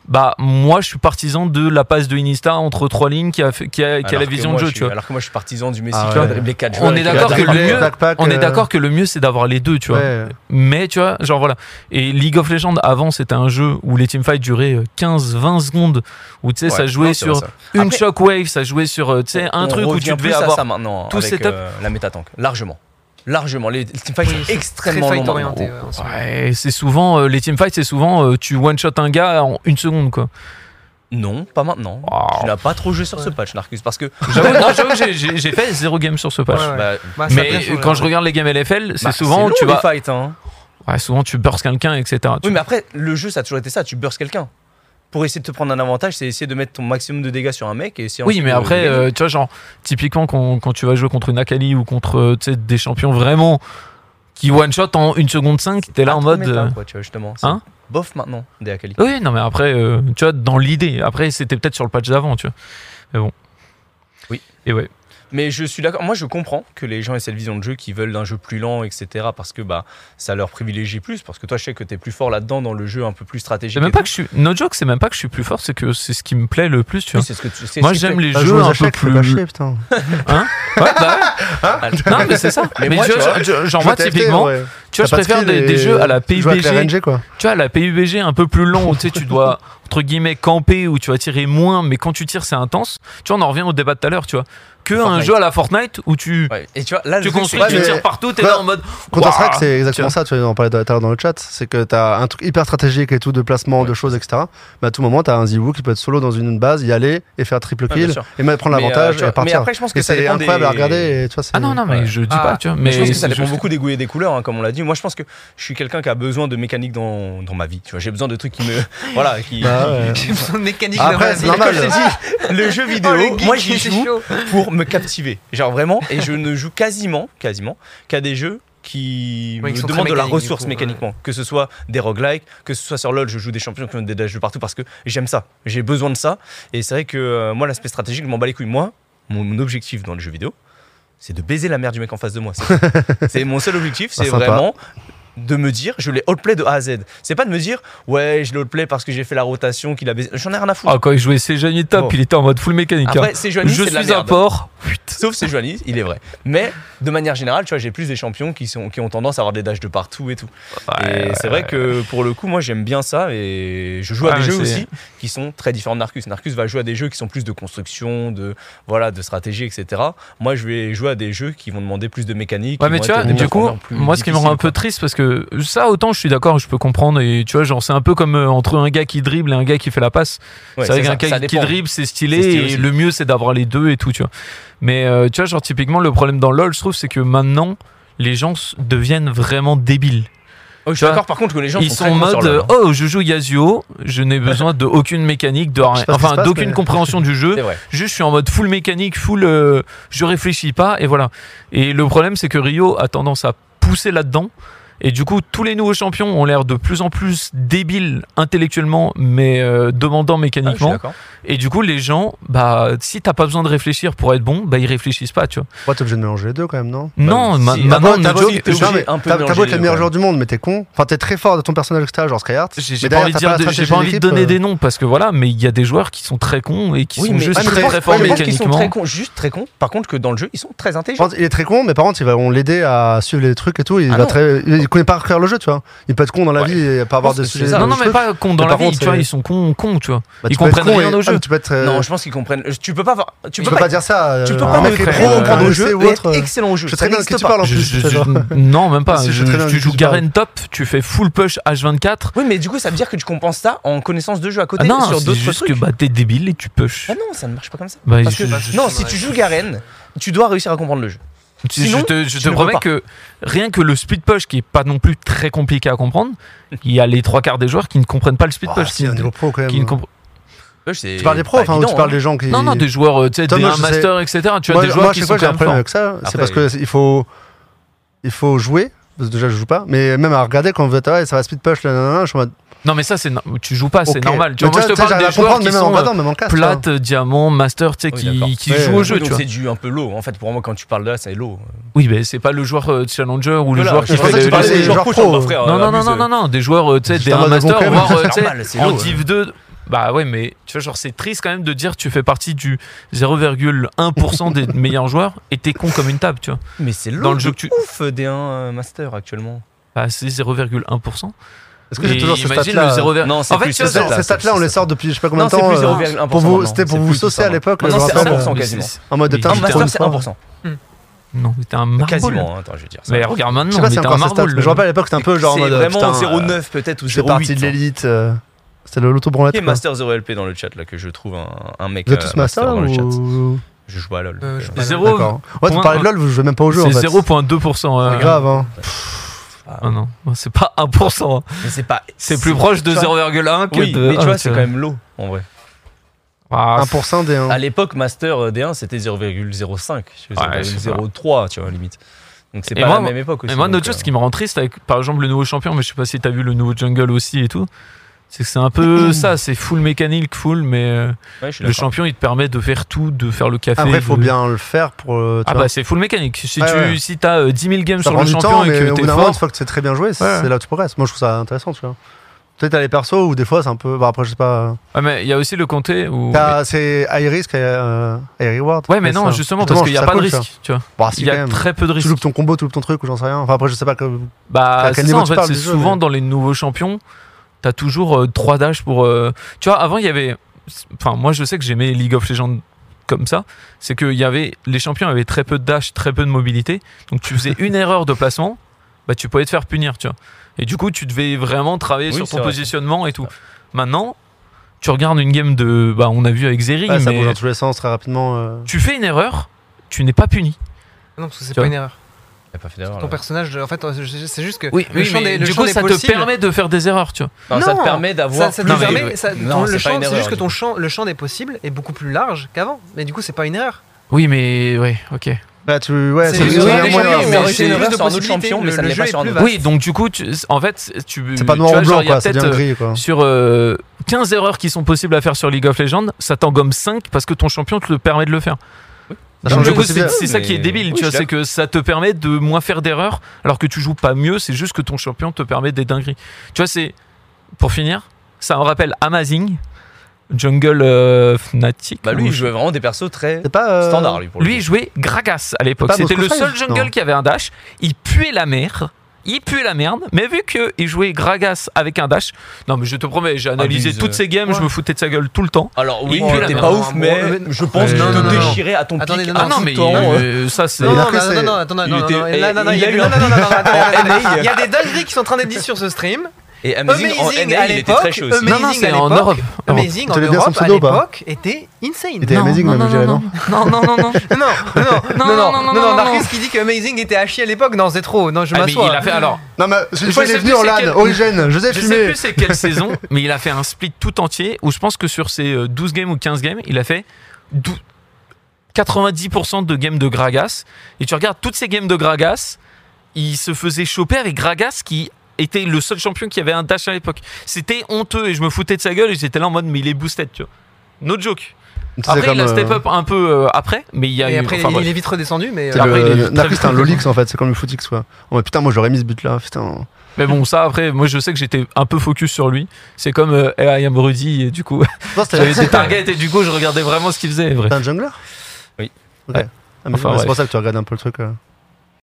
Speaker 1: Bah moi je suis partisan de la passe de Iniesta entre trois lignes qui a, fait- qui a, qui a
Speaker 3: Alors
Speaker 1: la
Speaker 3: que
Speaker 1: vision
Speaker 3: moi,
Speaker 1: de jeu,
Speaker 3: je
Speaker 1: tu
Speaker 3: suis-
Speaker 1: vois.
Speaker 3: Alors que moi, je suis partisan du Messi
Speaker 2: Ah
Speaker 3: qui va
Speaker 2: ouais.
Speaker 3: dribbler 4
Speaker 1: On
Speaker 3: joueurs.
Speaker 1: est
Speaker 3: et qui
Speaker 1: d'accord
Speaker 3: va
Speaker 1: que le
Speaker 3: dribbler-
Speaker 1: mieux-
Speaker 2: Backpack,
Speaker 1: On est
Speaker 2: euh,
Speaker 1: d'accord que le mieux c'est d'avoir les deux, tu vois.
Speaker 2: ouais.
Speaker 1: Mais tu vois, genre voilà. Et League of Legends avant c'était un jeu où les teamfights duraient euh, 15-20 secondes, où tu sais
Speaker 3: Ouais,
Speaker 1: ça jouait
Speaker 3: non, c'est vrai,
Speaker 1: sur
Speaker 3: ça.
Speaker 1: une
Speaker 3: Après-
Speaker 1: shockwave, ça jouait sur euh, tu sais un
Speaker 3: On
Speaker 1: truc où
Speaker 3: revient
Speaker 1: tu devais
Speaker 3: plus à
Speaker 1: avoir
Speaker 3: ça maintenant
Speaker 1: tout
Speaker 3: tout avec
Speaker 1: setup.
Speaker 3: euh, la métatank largement largement les teamfights
Speaker 4: Oui,
Speaker 3: sont
Speaker 4: c'est
Speaker 3: extrêmement
Speaker 4: très fight
Speaker 3: longs
Speaker 4: orienté, hein,
Speaker 3: maintenant.
Speaker 4: ouais, en ce moment.
Speaker 1: Ouais, c'est souvent euh, les teamfights, c'est souvent euh, tu one shot un gars en une seconde quoi.
Speaker 3: Non, pas maintenant.
Speaker 1: Wow.
Speaker 3: Tu n'as pas trop joué sur ce
Speaker 4: Ouais.
Speaker 3: patch, Narcus, parce que.
Speaker 1: Non, j'avoue que j'ai- j'ai j'ai fait zéro game sur ce patch.
Speaker 4: Ouais, ouais.
Speaker 3: bah,
Speaker 4: Bah, ça a bien
Speaker 1: Mais
Speaker 4: changé,
Speaker 1: quand
Speaker 4: hein.
Speaker 1: je regarde les games LFL, c'est
Speaker 3: bah,
Speaker 1: souvent
Speaker 3: long,
Speaker 1: tu
Speaker 3: les
Speaker 1: vas,
Speaker 3: fights, hein.
Speaker 1: ouais, souvent tu burst quelqu'un, etc. Tu-
Speaker 3: Oui, mais après, le jeu, ça a toujours été ça. Tu bursts quelqu'un. Pour essayer de te prendre un avantage, c'est essayer de mettre ton maximum de dégâts sur un mec et essayer
Speaker 1: Oui,
Speaker 3: ensuite
Speaker 1: mais
Speaker 3: de- de
Speaker 1: après,
Speaker 3: gagner.
Speaker 1: euh, tu vois, genre, typiquement, quand, quand tu vas jouer contre une Akali ou contre euh, tu sais, des champions vraiment qui one-shot en 1 seconde 5, t'es là
Speaker 3: Pas
Speaker 1: en
Speaker 3: Ah, trop
Speaker 1: mode.
Speaker 3: méta,
Speaker 1: euh,
Speaker 3: quoi, tu vois, justement. C'est
Speaker 1: hein
Speaker 3: Bof maintenant, des Akali.
Speaker 1: Oui, non, mais après, euh, tu vois, dans l'idée. Après, c'était peut-être sur le patch d'avant, tu vois. Mais bon.
Speaker 3: Oui.
Speaker 1: Et ouais.
Speaker 3: Mais je suis d'accord. Moi, je comprends que les gens aient cette vision de jeu qui veulent d'un jeu plus lent, etc. Parce que bah, ça leur privilégie plus. Parce que toi, je sais que t'es plus fort là-dedans dans le jeu un peu plus stratégique.
Speaker 1: C'est même
Speaker 3: et
Speaker 1: pas
Speaker 3: tout.
Speaker 1: que je suis. No joke, c'est même pas que je suis plus fort, c'est que c'est ce qui me plaît le plus, tu
Speaker 3: Oui,
Speaker 1: vois.
Speaker 3: c'est ce que tu- c'est
Speaker 1: Moi,
Speaker 3: ce qui
Speaker 1: j'aime
Speaker 3: plaît.
Speaker 1: les
Speaker 2: Ah,
Speaker 1: jeux
Speaker 2: aux
Speaker 1: un peu
Speaker 2: échecs, c'est
Speaker 1: plus.
Speaker 2: pas chier, putain.
Speaker 1: Ouais, bah ouais. Non, mais c'est ça.
Speaker 3: Mais
Speaker 1: Mais,
Speaker 3: moi,
Speaker 1: tu
Speaker 3: tu
Speaker 1: vois,
Speaker 3: vois,
Speaker 1: je- genre, moi, typiquement, tu vois, je préfère des, des jeux à la PUBG.
Speaker 2: RNG, quoi.
Speaker 1: Tu vois, la PUBG un peu plus long où tu sais, tu dois, entre guillemets, camper, où tu vas tirer moins, mais quand tu tires, c'est intense. Tu vois, on en revient au débat de tout à l'heure, tu vois. Que un
Speaker 3: Fortnite.
Speaker 1: jeu à la Fortnite où tu,
Speaker 3: Ouais. Et tu vois, là, le
Speaker 1: tu
Speaker 3: truc,
Speaker 1: construis,
Speaker 3: c'est que-
Speaker 1: tu
Speaker 2: mais-
Speaker 1: tires partout, t'es
Speaker 2: Bah,
Speaker 1: là en mode.
Speaker 2: Counter-Strike,
Speaker 1: Ouah.
Speaker 2: c'est exactement
Speaker 1: vois.
Speaker 2: ça, tu vois, on en parlait tout à l'heure dans le chat, c'est que t'as un truc hyper stratégique et tout, de placement, de choses, etc. Mais à tout moment, t'as un Ziwoo qui peut être solo dans une base, y aller et faire triple
Speaker 3: Ouais, bien
Speaker 2: kill,
Speaker 3: sûr.
Speaker 2: et même prendre
Speaker 3: Mais, euh,
Speaker 2: l'avantage
Speaker 3: tu vois,
Speaker 2: et
Speaker 3: Mais
Speaker 2: partir.
Speaker 3: après, je pense que
Speaker 2: et
Speaker 3: ça
Speaker 2: c'est
Speaker 3: dépend
Speaker 2: incroyable
Speaker 3: des-
Speaker 2: à regarder, et tu vois, c'est...
Speaker 1: Ah non, non, mais
Speaker 3: Ouais.
Speaker 1: je dis
Speaker 4: Ah,
Speaker 1: pas, tu vois.
Speaker 3: Mais
Speaker 1: Mais
Speaker 3: je pense que ça
Speaker 1: c'est
Speaker 3: dépend
Speaker 1: juste-
Speaker 3: beaucoup des goûts et des couleurs, hein, comme on l'a dit. Moi, je pense que je suis quelqu'un qui a besoin de mécanique dans, dans ma vie. Tu vois, j'ai besoin de trucs qui me. voilà, qui.
Speaker 2: Bah, ouais.
Speaker 4: J'ai besoin de mécanique
Speaker 3: Ah,
Speaker 2: Après,
Speaker 4: de base.
Speaker 2: c'est normal.
Speaker 4: Comme je t'ai dit,
Speaker 3: le jeu vidéo,
Speaker 4: oh, le geek,
Speaker 3: moi, j'y
Speaker 4: c'est
Speaker 3: joue
Speaker 4: chaud.
Speaker 3: pour me captiver. Genre vraiment, et je ne joue quasiment, quasiment, qu'à des jeux qui
Speaker 4: Oui, qui
Speaker 3: me
Speaker 4: sont
Speaker 3: demandent
Speaker 4: très
Speaker 3: de la
Speaker 4: mécaniques, du
Speaker 3: ressource
Speaker 4: coup, ouais.
Speaker 3: mécaniquement. Que ce soit des roguelikes, que ce soit sur LoL, je joue des champions qui ont des dashs de partout parce que j'aime ça. J'ai besoin de ça. Et c'est vrai que euh, moi, l'aspect stratégique, je m'en bats les couilles. Moi, mon, mon objectif dans le jeu vidéo, c'est de baiser la mère du mec en face de moi. C'est tout. C'est mon seul objectif,
Speaker 2: Ah,
Speaker 3: c'est
Speaker 2: sympa.
Speaker 3: vraiment de me dire, je l'ai play de A à Z. C'est pas de me dire, ouais, je l'ai all-play parce que j'ai fait la rotation, qu'il a baisé. J'en ai rien à foutre.
Speaker 1: Ah, quand il jouait Sejuani top,
Speaker 3: Bon.
Speaker 1: il était en mode full
Speaker 4: Ah,
Speaker 1: mécanique. hein.
Speaker 3: Après, c'est Joannis,
Speaker 1: Je
Speaker 3: c'est de la
Speaker 1: suis un
Speaker 3: merde.
Speaker 1: porc. Putain.
Speaker 3: Sauf c'est Joannis, il est vrai. Mais de manière générale, tu vois, j'ai plus des champions qui, sont, qui ont tendance à avoir des dashs de partout et tout.
Speaker 1: Ouais,
Speaker 3: et c'est vrai que pour le coup, moi j'aime bien ça et je joue à
Speaker 1: Ouais, mais
Speaker 3: des jeux
Speaker 1: c'est-
Speaker 3: aussi qui sont très différents de Narcus. Narcus va jouer à des jeux qui sont plus de construction, de, voilà, de stratégie, etc. Moi je vais jouer à des jeux qui vont demander plus de mécanique.
Speaker 1: Ouais,
Speaker 3: qui
Speaker 1: mais
Speaker 3: vont
Speaker 1: tu vois,
Speaker 3: être
Speaker 1: du coup,
Speaker 3: transformés en plus
Speaker 1: moi, ce qui me rend
Speaker 3: difficiles,
Speaker 1: un peu triste, parce que ça, autant je suis d'accord, je peux comprendre, et tu vois, genre, c'est un peu comme euh, entre un gars qui dribble et un gars qui fait la passe.
Speaker 3: quoi. Ouais,
Speaker 1: c'est vrai qu'un
Speaker 3: ça, ça
Speaker 1: gars qui
Speaker 3: dépend.
Speaker 1: dribble, c'est stylé,
Speaker 3: C'est stylé
Speaker 1: et
Speaker 3: aussi.
Speaker 1: le mieux, c'est d'avoir les deux et tout, tu vois. Mais euh, tu vois, genre, typiquement, le problème dans LoL, je trouve, c'est que maintenant, les gens s- deviennent vraiment débiles.
Speaker 3: Oh,
Speaker 1: tu
Speaker 3: je suis
Speaker 1: vois,
Speaker 3: d'accord, par contre, que les gens
Speaker 1: Ils sont en mode euh, Oh, je joue Yasuo, je n'ai besoin de aucune mécanique, de
Speaker 2: Je
Speaker 1: rien,
Speaker 2: sais pas ce qui se
Speaker 1: enfin,
Speaker 2: passe,
Speaker 1: d'aucune
Speaker 2: mais-
Speaker 1: compréhension du jeu.
Speaker 3: C'est vrai.
Speaker 1: Juste, je suis en mode full mécanique, full. euh, je réfléchis pas, et voilà. Et le problème, c'est que Rio a tendance à pousser là-dedans. Et du coup, tous les nouveaux champions ont l'air de plus en plus débiles intellectuellement, mais euh, demandants
Speaker 3: Ah, je suis
Speaker 1: mécaniquement.
Speaker 3: d'accord.
Speaker 1: et du coup, les gens, bah, si t'as pas besoin de réfléchir pour être bon, bah, ils réfléchissent pas, tu vois.
Speaker 2: Moi, t'es obligé de mélanger les deux, quand même, non
Speaker 1: non,
Speaker 3: si.
Speaker 1: ma-
Speaker 3: Ah,
Speaker 1: maintenant,
Speaker 3: bon,
Speaker 1: no
Speaker 3: t'as
Speaker 1: joke,
Speaker 3: aussi- t'es obligé
Speaker 2: mais
Speaker 3: un peu de
Speaker 2: t'as t'as beau
Speaker 3: mélanger
Speaker 2: être le
Speaker 3: les
Speaker 2: meilleur
Speaker 3: deux,
Speaker 2: joueur du monde, mais t'es con. Enfin, t'es très fort de ton personnage, etc. Genre Skyheart.
Speaker 1: j'ai-
Speaker 2: mais
Speaker 1: j'ai pas
Speaker 2: derrière,
Speaker 1: envie de
Speaker 2: t'as
Speaker 1: dire
Speaker 2: pas la
Speaker 1: de- j'ai
Speaker 2: stratégie
Speaker 1: pas envie de
Speaker 2: d'équipe,
Speaker 1: donner
Speaker 2: euh.
Speaker 1: des noms parce que voilà, mais il y a des joueurs qui sont très cons et qui
Speaker 3: Oui,
Speaker 1: sont
Speaker 3: mais
Speaker 1: juste
Speaker 2: ah, mais
Speaker 1: très,
Speaker 2: je
Speaker 1: très
Speaker 2: pense-
Speaker 1: forts
Speaker 2: ouais,
Speaker 3: Je
Speaker 2: mais
Speaker 3: pense qu'ils sont
Speaker 1: mécaniquement.
Speaker 3: très cons, juste très cons. Par contre, que dans le jeu, ils sont très intelligents.
Speaker 2: Par contre, Il est très con, mais par contre, ils vont l'aider à suivre les trucs et tout. Il,
Speaker 3: Ah
Speaker 2: va
Speaker 3: non.
Speaker 2: très, il connaît par cœur le jeu, tu vois. Il peut être con dans la
Speaker 3: Ouais.
Speaker 2: vie et pas avoir
Speaker 3: pense
Speaker 2: de
Speaker 3: que c'est
Speaker 2: sujet.
Speaker 3: ça.
Speaker 2: de
Speaker 1: Non, non, mais
Speaker 2: trucs.
Speaker 1: pas cons dans
Speaker 2: Mais
Speaker 1: la
Speaker 2: par
Speaker 1: vie,
Speaker 2: contre,
Speaker 1: tu vois,
Speaker 2: c'est-
Speaker 1: ils sont cons, cons, tu vois.
Speaker 2: Bah,
Speaker 1: Ils
Speaker 2: tu peux être
Speaker 1: comprennent
Speaker 2: con
Speaker 1: rien
Speaker 2: et-
Speaker 1: au
Speaker 2: ah,
Speaker 1: jeu.
Speaker 2: mais Tu peux être. euh,
Speaker 3: Non, je pense qu'ils comprennent. Tu peux pas avoir- Tu
Speaker 2: tu
Speaker 3: peux
Speaker 2: peux
Speaker 3: pas
Speaker 2: pas dire ça. euh,
Speaker 3: Tu peux
Speaker 2: à
Speaker 3: pas
Speaker 2: un
Speaker 3: me
Speaker 2: mec qui est
Speaker 1: faire,
Speaker 2: pro,
Speaker 1: euh,
Speaker 2: prendre
Speaker 3: prendre
Speaker 2: au
Speaker 3: au jeu
Speaker 2: jeu
Speaker 3: et
Speaker 2: ou
Speaker 3: être
Speaker 2: autre. euh,
Speaker 3: excellent au jeu.
Speaker 2: Je sais très
Speaker 3: Ça
Speaker 2: bien de qui
Speaker 3: n'existe
Speaker 2: tu
Speaker 3: pas.
Speaker 2: parles en
Speaker 1: Je-
Speaker 2: plus.
Speaker 1: je-
Speaker 2: tu vois.
Speaker 1: je- non, même pas.
Speaker 2: Si, je
Speaker 1: Je-
Speaker 2: traîne avec
Speaker 1: tu joues
Speaker 2: Kid Bar.
Speaker 1: Garen top, tu fais full push H24.
Speaker 3: Oui, mais du coup, ça veut dire que tu compenses ça en connaissance de jeu à
Speaker 1: Ah
Speaker 3: côté
Speaker 1: non,
Speaker 3: sur
Speaker 1: c'est
Speaker 3: d'autres
Speaker 1: juste
Speaker 3: trucs.
Speaker 1: que bah, t'es débile et tu push.
Speaker 3: Ah non, ça ne marche pas comme ça.
Speaker 1: Bah,
Speaker 3: Parce
Speaker 1: je-
Speaker 3: que-
Speaker 1: je-
Speaker 3: non, si tu joues Garen, tu dois réussir à comprendre le jeu.
Speaker 1: Tu-
Speaker 3: sinon,
Speaker 1: je te, je
Speaker 3: tu
Speaker 1: te
Speaker 3: ne
Speaker 1: promets
Speaker 3: peux pas.
Speaker 1: que rien que le speed push, qui est pas non plus très compliqué à comprendre, il y a les trois quarts des joueurs qui ne comprennent pas le speed
Speaker 2: Oh,
Speaker 1: push.
Speaker 2: si, au niveau pro, quand
Speaker 1: qui ne
Speaker 2: même.
Speaker 1: compre-
Speaker 2: Tu parles des pros, enfin, ou tu parles des gens qui.
Speaker 1: Non, non, des joueurs, euh, tu sais,
Speaker 2: Toi,
Speaker 1: des
Speaker 2: moi, je sais-
Speaker 1: masters, etc. Tu as
Speaker 2: Moi,
Speaker 1: des joueurs
Speaker 2: moi, à
Speaker 1: qui
Speaker 2: chaque
Speaker 1: sont
Speaker 2: fois, j'ai
Speaker 1: quand
Speaker 2: un
Speaker 1: même
Speaker 2: problème
Speaker 1: forts.
Speaker 2: avec ça. C'est
Speaker 3: Après,
Speaker 2: parce que il faut, il faut jouer. Parce que déjà, je joue pas. Mais même à regarder quand vous êtes, ah ouais, ça va speed push, là, là, là, je suis en mode.
Speaker 1: Non, mais ça, c'est no- tu joues pas, c'est
Speaker 2: ok.
Speaker 1: normal. Tu
Speaker 2: Mais
Speaker 1: vois, moi, je
Speaker 2: tu
Speaker 1: te
Speaker 2: sais,
Speaker 1: parle
Speaker 2: j'arrive à
Speaker 1: des joueurs
Speaker 2: comprendre,
Speaker 1: qui
Speaker 2: même en
Speaker 1: sont euh,
Speaker 2: regardant, même en classe. tu vois.
Speaker 1: plate, diamant, master, tu sais,
Speaker 3: Oui,
Speaker 1: qui
Speaker 3: d'accord.
Speaker 1: qui
Speaker 2: Ouais,
Speaker 1: jouent au jeu, tu
Speaker 3: Donc
Speaker 1: vois.
Speaker 3: c'est du un peu low. En fait, pour moi, quand tu parles de là, c'est low.
Speaker 1: Oui, mais c'est pas le joueur euh, challenger ou le
Speaker 3: Voilà,
Speaker 1: joueur
Speaker 3: je
Speaker 1: qui fait
Speaker 3: pensais
Speaker 2: que tu
Speaker 1: les-
Speaker 2: parlais
Speaker 1: les-
Speaker 2: des
Speaker 1: les-
Speaker 2: joueurs pros, euh.
Speaker 3: frère.
Speaker 1: Non, non,
Speaker 3: euh,
Speaker 1: non,
Speaker 3: abuse,
Speaker 1: non, non, non, des joueurs, euh, tu sais,
Speaker 2: Juste
Speaker 1: des
Speaker 2: un
Speaker 1: un
Speaker 2: mode
Speaker 1: master,
Speaker 2: complet,
Speaker 1: voire,
Speaker 2: mais
Speaker 1: euh,
Speaker 3: c'est
Speaker 1: tu sais,
Speaker 3: normal, c'est
Speaker 1: en
Speaker 3: lourd, ouais.
Speaker 1: div 2. Bah ouais, mais tu vois, genre, c'est triste quand même de dire tu fais partie du 0,1% des meilleurs joueurs et t'es con comme une table, tu vois.
Speaker 3: Mais c'est low.
Speaker 1: Dans le jeu que tu.
Speaker 3: Ouf, D1 euh, Master actuellement.
Speaker 1: Bah, c'est 0,1%.
Speaker 2: Est-ce que j'ai
Speaker 1: Et
Speaker 2: toujours ce
Speaker 1: imagine
Speaker 2: stat-là
Speaker 1: le 0,1%.
Speaker 3: Non, c'est
Speaker 1: en fait,
Speaker 3: plus,
Speaker 1: tu vois,
Speaker 3: c'est
Speaker 1: genre,
Speaker 3: ça.
Speaker 2: Ces stats-là, on les sort depuis je sais pas combien de temps.
Speaker 3: Non, c'est
Speaker 2: euh,
Speaker 3: plus 0,1%.
Speaker 2: pour vous-
Speaker 3: maintenant,
Speaker 2: c'était pour
Speaker 3: c'est
Speaker 2: vous
Speaker 3: plus
Speaker 2: saucer à
Speaker 3: 10%.
Speaker 2: l'époque,
Speaker 3: Maintenant,
Speaker 2: je me
Speaker 3: c'est
Speaker 2: rappelle.
Speaker 3: 1%
Speaker 1: mais
Speaker 3: quasiment.
Speaker 1: c'est-
Speaker 2: En mode,
Speaker 1: Mais
Speaker 2: putain,
Speaker 3: Un
Speaker 1: je-
Speaker 2: j'étais
Speaker 3: Master,
Speaker 2: trop
Speaker 3: Ah, bah, c'est
Speaker 2: fort.
Speaker 3: 1%.
Speaker 1: Non, mais t'es un marbol.
Speaker 3: Quasiment. hein. Attends, je vais dire ça.
Speaker 1: Mais regarde
Speaker 2: Je
Speaker 1: maintenant,
Speaker 2: sais
Speaker 1: mais
Speaker 2: pas si
Speaker 1: t'es
Speaker 2: c'est
Speaker 1: un
Speaker 2: encore ces stats.
Speaker 1: marbol.
Speaker 2: mais Je me rappelle à l'époque, c'était un peu genre en
Speaker 3: C'est
Speaker 2: mode.
Speaker 3: vraiment
Speaker 2: putain, euh,
Speaker 3: 0,9 peut-être ou
Speaker 2: Je fais partie de
Speaker 3: 0,8. hein.
Speaker 2: l'élite. euh, C'était le loto branlette.
Speaker 3: Qui est
Speaker 2: quoi.
Speaker 3: Masters OLP dans le chat là que je trouve un, un mec.
Speaker 2: Vous êtes
Speaker 3: euh,
Speaker 2: tous master,
Speaker 3: dans le chat.
Speaker 2: ou...
Speaker 3: Je joue à LoL.
Speaker 4: Euh,
Speaker 3: donc,
Speaker 4: je
Speaker 3: euh,
Speaker 4: sais pas.
Speaker 1: Zéro.
Speaker 2: D'accord.
Speaker 1: Point
Speaker 2: Ouais, vous parlez de
Speaker 1: un.
Speaker 2: LoL, vous jouez même pas au jeu en fait.
Speaker 1: C'est 0,2%.
Speaker 2: C'est
Speaker 1: euh,
Speaker 2: grave, hein.
Speaker 1: Ah non, c'est pas 1%. hein.
Speaker 3: mais c'est pas.
Speaker 1: C'est plus proche de
Speaker 3: tu vois-
Speaker 1: 0,1 que
Speaker 3: Oui,
Speaker 1: de.
Speaker 3: mais tu
Speaker 1: un,
Speaker 3: vois, c'est quand même low en vrai.
Speaker 1: Ah,
Speaker 2: 1% des 1.
Speaker 3: À l'époque, Master euh, D1, c'était 0,05, je sais pas,
Speaker 1: Ouais, je sais pas.
Speaker 3: 0,03, tu vois, limite. Donc c'est
Speaker 1: Et
Speaker 3: pas
Speaker 1: moi,
Speaker 3: la même époque aussi.
Speaker 1: Et moi,
Speaker 3: donc,
Speaker 1: notre chose
Speaker 3: euh,
Speaker 1: qui me rend triste avec, par exemple, le nouveau champion, mais je sais pas si t'as vu le nouveau jungle aussi et tout, c'est que c'est un peu ça, c'est full mécanique, full, mais euh,
Speaker 3: ouais, je suis
Speaker 1: le
Speaker 3: d'accord.
Speaker 1: champion il te permet de faire tout, de faire le café.
Speaker 2: Après, il faut
Speaker 1: de-
Speaker 2: bien le faire pour. euh, tu
Speaker 1: Ah
Speaker 2: vois,
Speaker 1: bah c'est full mécanique. Si
Speaker 2: Ouais,
Speaker 1: tu
Speaker 2: ouais.
Speaker 1: si t'as euh, 10 000 games
Speaker 2: ça
Speaker 1: sur
Speaker 2: prend
Speaker 1: le
Speaker 2: du
Speaker 1: champion
Speaker 2: temps,
Speaker 1: et
Speaker 2: mais
Speaker 1: que
Speaker 2: au bout
Speaker 1: t'es
Speaker 2: d'un moment,
Speaker 1: fort,
Speaker 2: une fois que c'est très bien joué, c'est
Speaker 1: Ouais.
Speaker 2: là où tu progresses. Moi, je trouve ça intéressant, tu vois. Peut-être t'as les persos ou des fois, c'est un peu. Bah, après, je sais pas.
Speaker 1: Ouais, mais il y a aussi le comté où.
Speaker 2: T'as- C'est high risk et euh, high reward.
Speaker 1: Ouais, mais non,
Speaker 2: ça-
Speaker 1: justement, parce
Speaker 2: je
Speaker 1: qu'il y a
Speaker 2: trouve
Speaker 1: pas
Speaker 2: ça
Speaker 1: de
Speaker 2: cool, tu
Speaker 1: risque, tu vois.
Speaker 2: vois. Bah, si,
Speaker 1: Il y
Speaker 2: quand
Speaker 1: a
Speaker 2: même.
Speaker 1: très peu de
Speaker 2: Tu
Speaker 1: risque.
Speaker 2: loupes ton combo, tu loupes ton truc ou j'en sais rien. Enfin, après, je sais pas. Que...
Speaker 1: Bah,
Speaker 2: À quel
Speaker 1: c'est ça
Speaker 2: niveau
Speaker 1: en
Speaker 2: tu
Speaker 1: fait,
Speaker 2: parles
Speaker 1: c'est
Speaker 2: du jeu,
Speaker 1: souvent
Speaker 2: mais-
Speaker 1: dans les nouveaux champions, t'as toujours euh, trois dashs pour. euh, Tu vois, avant il y avait. Enfin, moi je sais que j'aimais League of Legends comme ça, c'est que il y avait les champions avaient très peu de dash, très peu de mobilité, donc tu faisais une erreur de placement, bah tu pouvais te faire punir, tu vois. Et du coup, tu devais vraiment travailler
Speaker 3: Oui,
Speaker 1: sur
Speaker 3: c'est
Speaker 1: ton
Speaker 3: vrai.
Speaker 1: positionnement et tout.
Speaker 3: Ouais.
Speaker 1: Maintenant, tu regardes une game de, bah on a vu avec Zeri,
Speaker 2: Ouais, ça
Speaker 1: mais
Speaker 2: bouge dans tous les sens très rapidement. euh.
Speaker 1: tu fais une erreur, tu n'es pas puni.
Speaker 4: Non, parce que c'est
Speaker 1: Tu
Speaker 4: pas
Speaker 1: vois.
Speaker 4: une erreur.
Speaker 3: Il y a pas fait d'erreur,
Speaker 4: Ton
Speaker 3: là.
Speaker 4: personnage, en fait, je- c'est juste que
Speaker 1: Oui,
Speaker 4: le champ
Speaker 1: mais
Speaker 4: des, le
Speaker 1: du
Speaker 4: champ
Speaker 1: coup,
Speaker 4: des
Speaker 1: ça te
Speaker 4: possibles-
Speaker 1: permet de faire des erreurs, tu vois.
Speaker 3: Non, ça
Speaker 4: Non,
Speaker 3: te permet
Speaker 4: Ça,
Speaker 3: d'avoir
Speaker 4: ça
Speaker 3: plus.
Speaker 4: te
Speaker 1: Non, mais-
Speaker 4: permet, ça-
Speaker 3: Non,
Speaker 4: ton-
Speaker 3: c'est
Speaker 4: le
Speaker 3: pas
Speaker 4: champ,
Speaker 3: une
Speaker 4: c'est juste
Speaker 3: erreur,
Speaker 4: que ton
Speaker 3: du
Speaker 4: champ, le champ des possibles est beaucoup plus large qu'avant. Mais du coup, c'est pas une erreur.
Speaker 1: Oui, mais oui, ok.
Speaker 2: Bah, tu. Ouais,
Speaker 4: C'est
Speaker 2: ça-
Speaker 4: juste
Speaker 2: ça-
Speaker 4: que
Speaker 2: ouais,
Speaker 4: les
Speaker 2: moyen.
Speaker 4: champions,
Speaker 1: mais c'est
Speaker 4: plus
Speaker 1: une
Speaker 3: erreur
Speaker 4: de
Speaker 3: sur un autre
Speaker 4: possibilités,
Speaker 3: champion, mais
Speaker 4: le-
Speaker 3: ça ne
Speaker 4: le
Speaker 3: l'est
Speaker 4: jeu
Speaker 3: pas
Speaker 4: est
Speaker 3: sur un
Speaker 4: plus
Speaker 3: autre.
Speaker 4: vaste.
Speaker 1: Oui, donc du coup, tu- en fait, tu.
Speaker 2: Bah, C'est pas
Speaker 1: tu
Speaker 2: noir
Speaker 1: vois,
Speaker 2: ou
Speaker 1: genre,
Speaker 2: blanc,
Speaker 1: il y a
Speaker 2: quoi. C'est bien
Speaker 1: peut-être,
Speaker 2: gris, hein. quoi.
Speaker 1: euh, Sur euh, 15 erreurs qui sont possibles à faire sur League of Legends, ça t'en gomme 5 parce que ton champion te le permet de le faire.
Speaker 2: Ça
Speaker 1: Donc,
Speaker 2: change
Speaker 3: je
Speaker 1: du
Speaker 2: les
Speaker 1: coup,
Speaker 2: possibilités.
Speaker 1: c'est c'est ça
Speaker 3: mais-
Speaker 1: qui est débile,
Speaker 3: oui,
Speaker 1: tu
Speaker 3: je
Speaker 1: vois,
Speaker 3: suis
Speaker 1: c'est que ça te permet de moins faire d'erreurs alors que tu joues pas mieux, c'est juste que ton champion te permet des dingueries. Tu vois, c'est. Pour finir, ça me rappelle Amazing, Jungle euh, Fnatic.
Speaker 3: Bah lui,
Speaker 1: ou-
Speaker 3: il jouait vraiment des persos très
Speaker 2: C'est pas. euh,
Speaker 3: standard lui pour le
Speaker 1: Lui il
Speaker 3: coup.
Speaker 1: jouait Gragas à l'époque.
Speaker 2: C'est pas
Speaker 1: C'était le
Speaker 2: Bosco
Speaker 1: seul
Speaker 2: Five,
Speaker 1: jungle
Speaker 2: non.
Speaker 1: qui avait un dash. Il puait la mer. Il puait la merde. Mais vu qu'il jouait Gragas avec un dash. Non, Ah, mais euh, je te promets, j'ai analysé
Speaker 3: Abuse.
Speaker 1: toutes ses games. Je
Speaker 4: Ouais.
Speaker 1: me foutais de sa gueule tout le temps.
Speaker 3: Alors oui,
Speaker 1: Il pue la
Speaker 3: Oh, t'es
Speaker 1: merde.
Speaker 3: pas ouf,
Speaker 4: Bon,
Speaker 3: mais
Speaker 4: euh,
Speaker 3: je pense
Speaker 1: euh,
Speaker 3: qu'il
Speaker 1: non, non,
Speaker 3: te
Speaker 1: non.
Speaker 3: déchirait à ton pic.
Speaker 4: Attendez, non,
Speaker 3: à
Speaker 1: ah non,
Speaker 3: tout
Speaker 1: mais
Speaker 3: temps,
Speaker 1: euh,
Speaker 3: euh,
Speaker 1: ça, c'est.
Speaker 4: Non, bah,
Speaker 2: Il a
Speaker 4: non, mais
Speaker 2: pressé.
Speaker 4: attends, non, attends, non,
Speaker 3: Il
Speaker 4: non,
Speaker 3: était-
Speaker 4: non, là, non, non,
Speaker 3: il
Speaker 4: il y a
Speaker 3: a
Speaker 4: du-
Speaker 3: eu
Speaker 4: non,
Speaker 3: un-
Speaker 4: non, non, non, non, attends, attends,
Speaker 3: NA.
Speaker 4: attends, Il y a des dingueries qui sont en train d'être dites sur ce stream.
Speaker 1: Oh,
Speaker 3: Et Amazing en
Speaker 4: Amazing,
Speaker 3: NA, il
Speaker 4: à
Speaker 3: était
Speaker 4: l'époque,
Speaker 3: très chaud aussi.
Speaker 4: Amazing
Speaker 1: non, non,
Speaker 4: à
Speaker 1: c'est en
Speaker 4: l'époque.
Speaker 1: Europe. Ah bon.
Speaker 4: Amazing en
Speaker 2: T'avais bien son
Speaker 4: Europe à
Speaker 2: pseudo ou pas
Speaker 4: l'époque était insane.
Speaker 2: T'es
Speaker 1: Non,
Speaker 2: Amazing,
Speaker 1: non,
Speaker 2: même,
Speaker 1: non,
Speaker 2: je dirais,
Speaker 1: non. Non, non, non, non.
Speaker 4: Non, non, non, non, non, non, non,
Speaker 1: non.
Speaker 4: Narcisse qui dit que Amazing était à chier à l'époque, non, c'est trop, non, je
Speaker 1: Ah, mais
Speaker 4: m'assois.
Speaker 1: il a fait alors.
Speaker 2: Non, mais c'est une
Speaker 1: Je
Speaker 2: fois, il
Speaker 1: sais
Speaker 2: est venu
Speaker 1: plus
Speaker 2: en
Speaker 1: c'est
Speaker 2: LAN.
Speaker 1: quel-
Speaker 2: Origène, je sais
Speaker 1: Je sais
Speaker 2: fumer.
Speaker 1: plus c'est quelle saison, mais il a fait un split tout entier où je pense que sur ses euh, 12 games ou 15 games, il a fait dou- 90% de games de Gragas. Et tu regardes toutes ces games de Gragas, il se faisait choper avec Gragas qui était le seul champion qui avait un dash à l'époque. C'était honteux et je me foutais de sa gueule et j'étais là en mode mais il est boosted, tu vois. No joke.
Speaker 2: C'est
Speaker 1: Après,
Speaker 2: comme,
Speaker 1: il a
Speaker 2: euh,
Speaker 1: step up un peu euh, après, mais il y a
Speaker 4: Et
Speaker 1: eu-
Speaker 4: après,
Speaker 1: enfin,
Speaker 4: il-
Speaker 1: bref.
Speaker 4: il est vite redescendu, mais.
Speaker 2: C'est
Speaker 4: euh,
Speaker 1: Après, il est
Speaker 2: le,
Speaker 1: très,
Speaker 2: Narcisse, c'est un
Speaker 1: très
Speaker 2: Lolix en fait, c'est comme le footix quoi. Oh, mais putain, moi j'aurais mis ce but là, putain.
Speaker 1: Mais bon, ça après, moi je sais que j'étais un peu focus sur lui. C'est comme euh, I am Rudy et du coup,
Speaker 2: Non,
Speaker 1: j'avais des
Speaker 2: c'était
Speaker 1: targets et du coup, je regardais vraiment ce qu'il faisait. vrai.
Speaker 2: T'es un jungler
Speaker 3: Oui.
Speaker 2: Ok.
Speaker 1: Ouais.
Speaker 2: Ah, mais
Speaker 1: Enfin,
Speaker 2: ouais,
Speaker 1: bref.
Speaker 2: c'est pour ça que tu regardes un peu le truc. euh.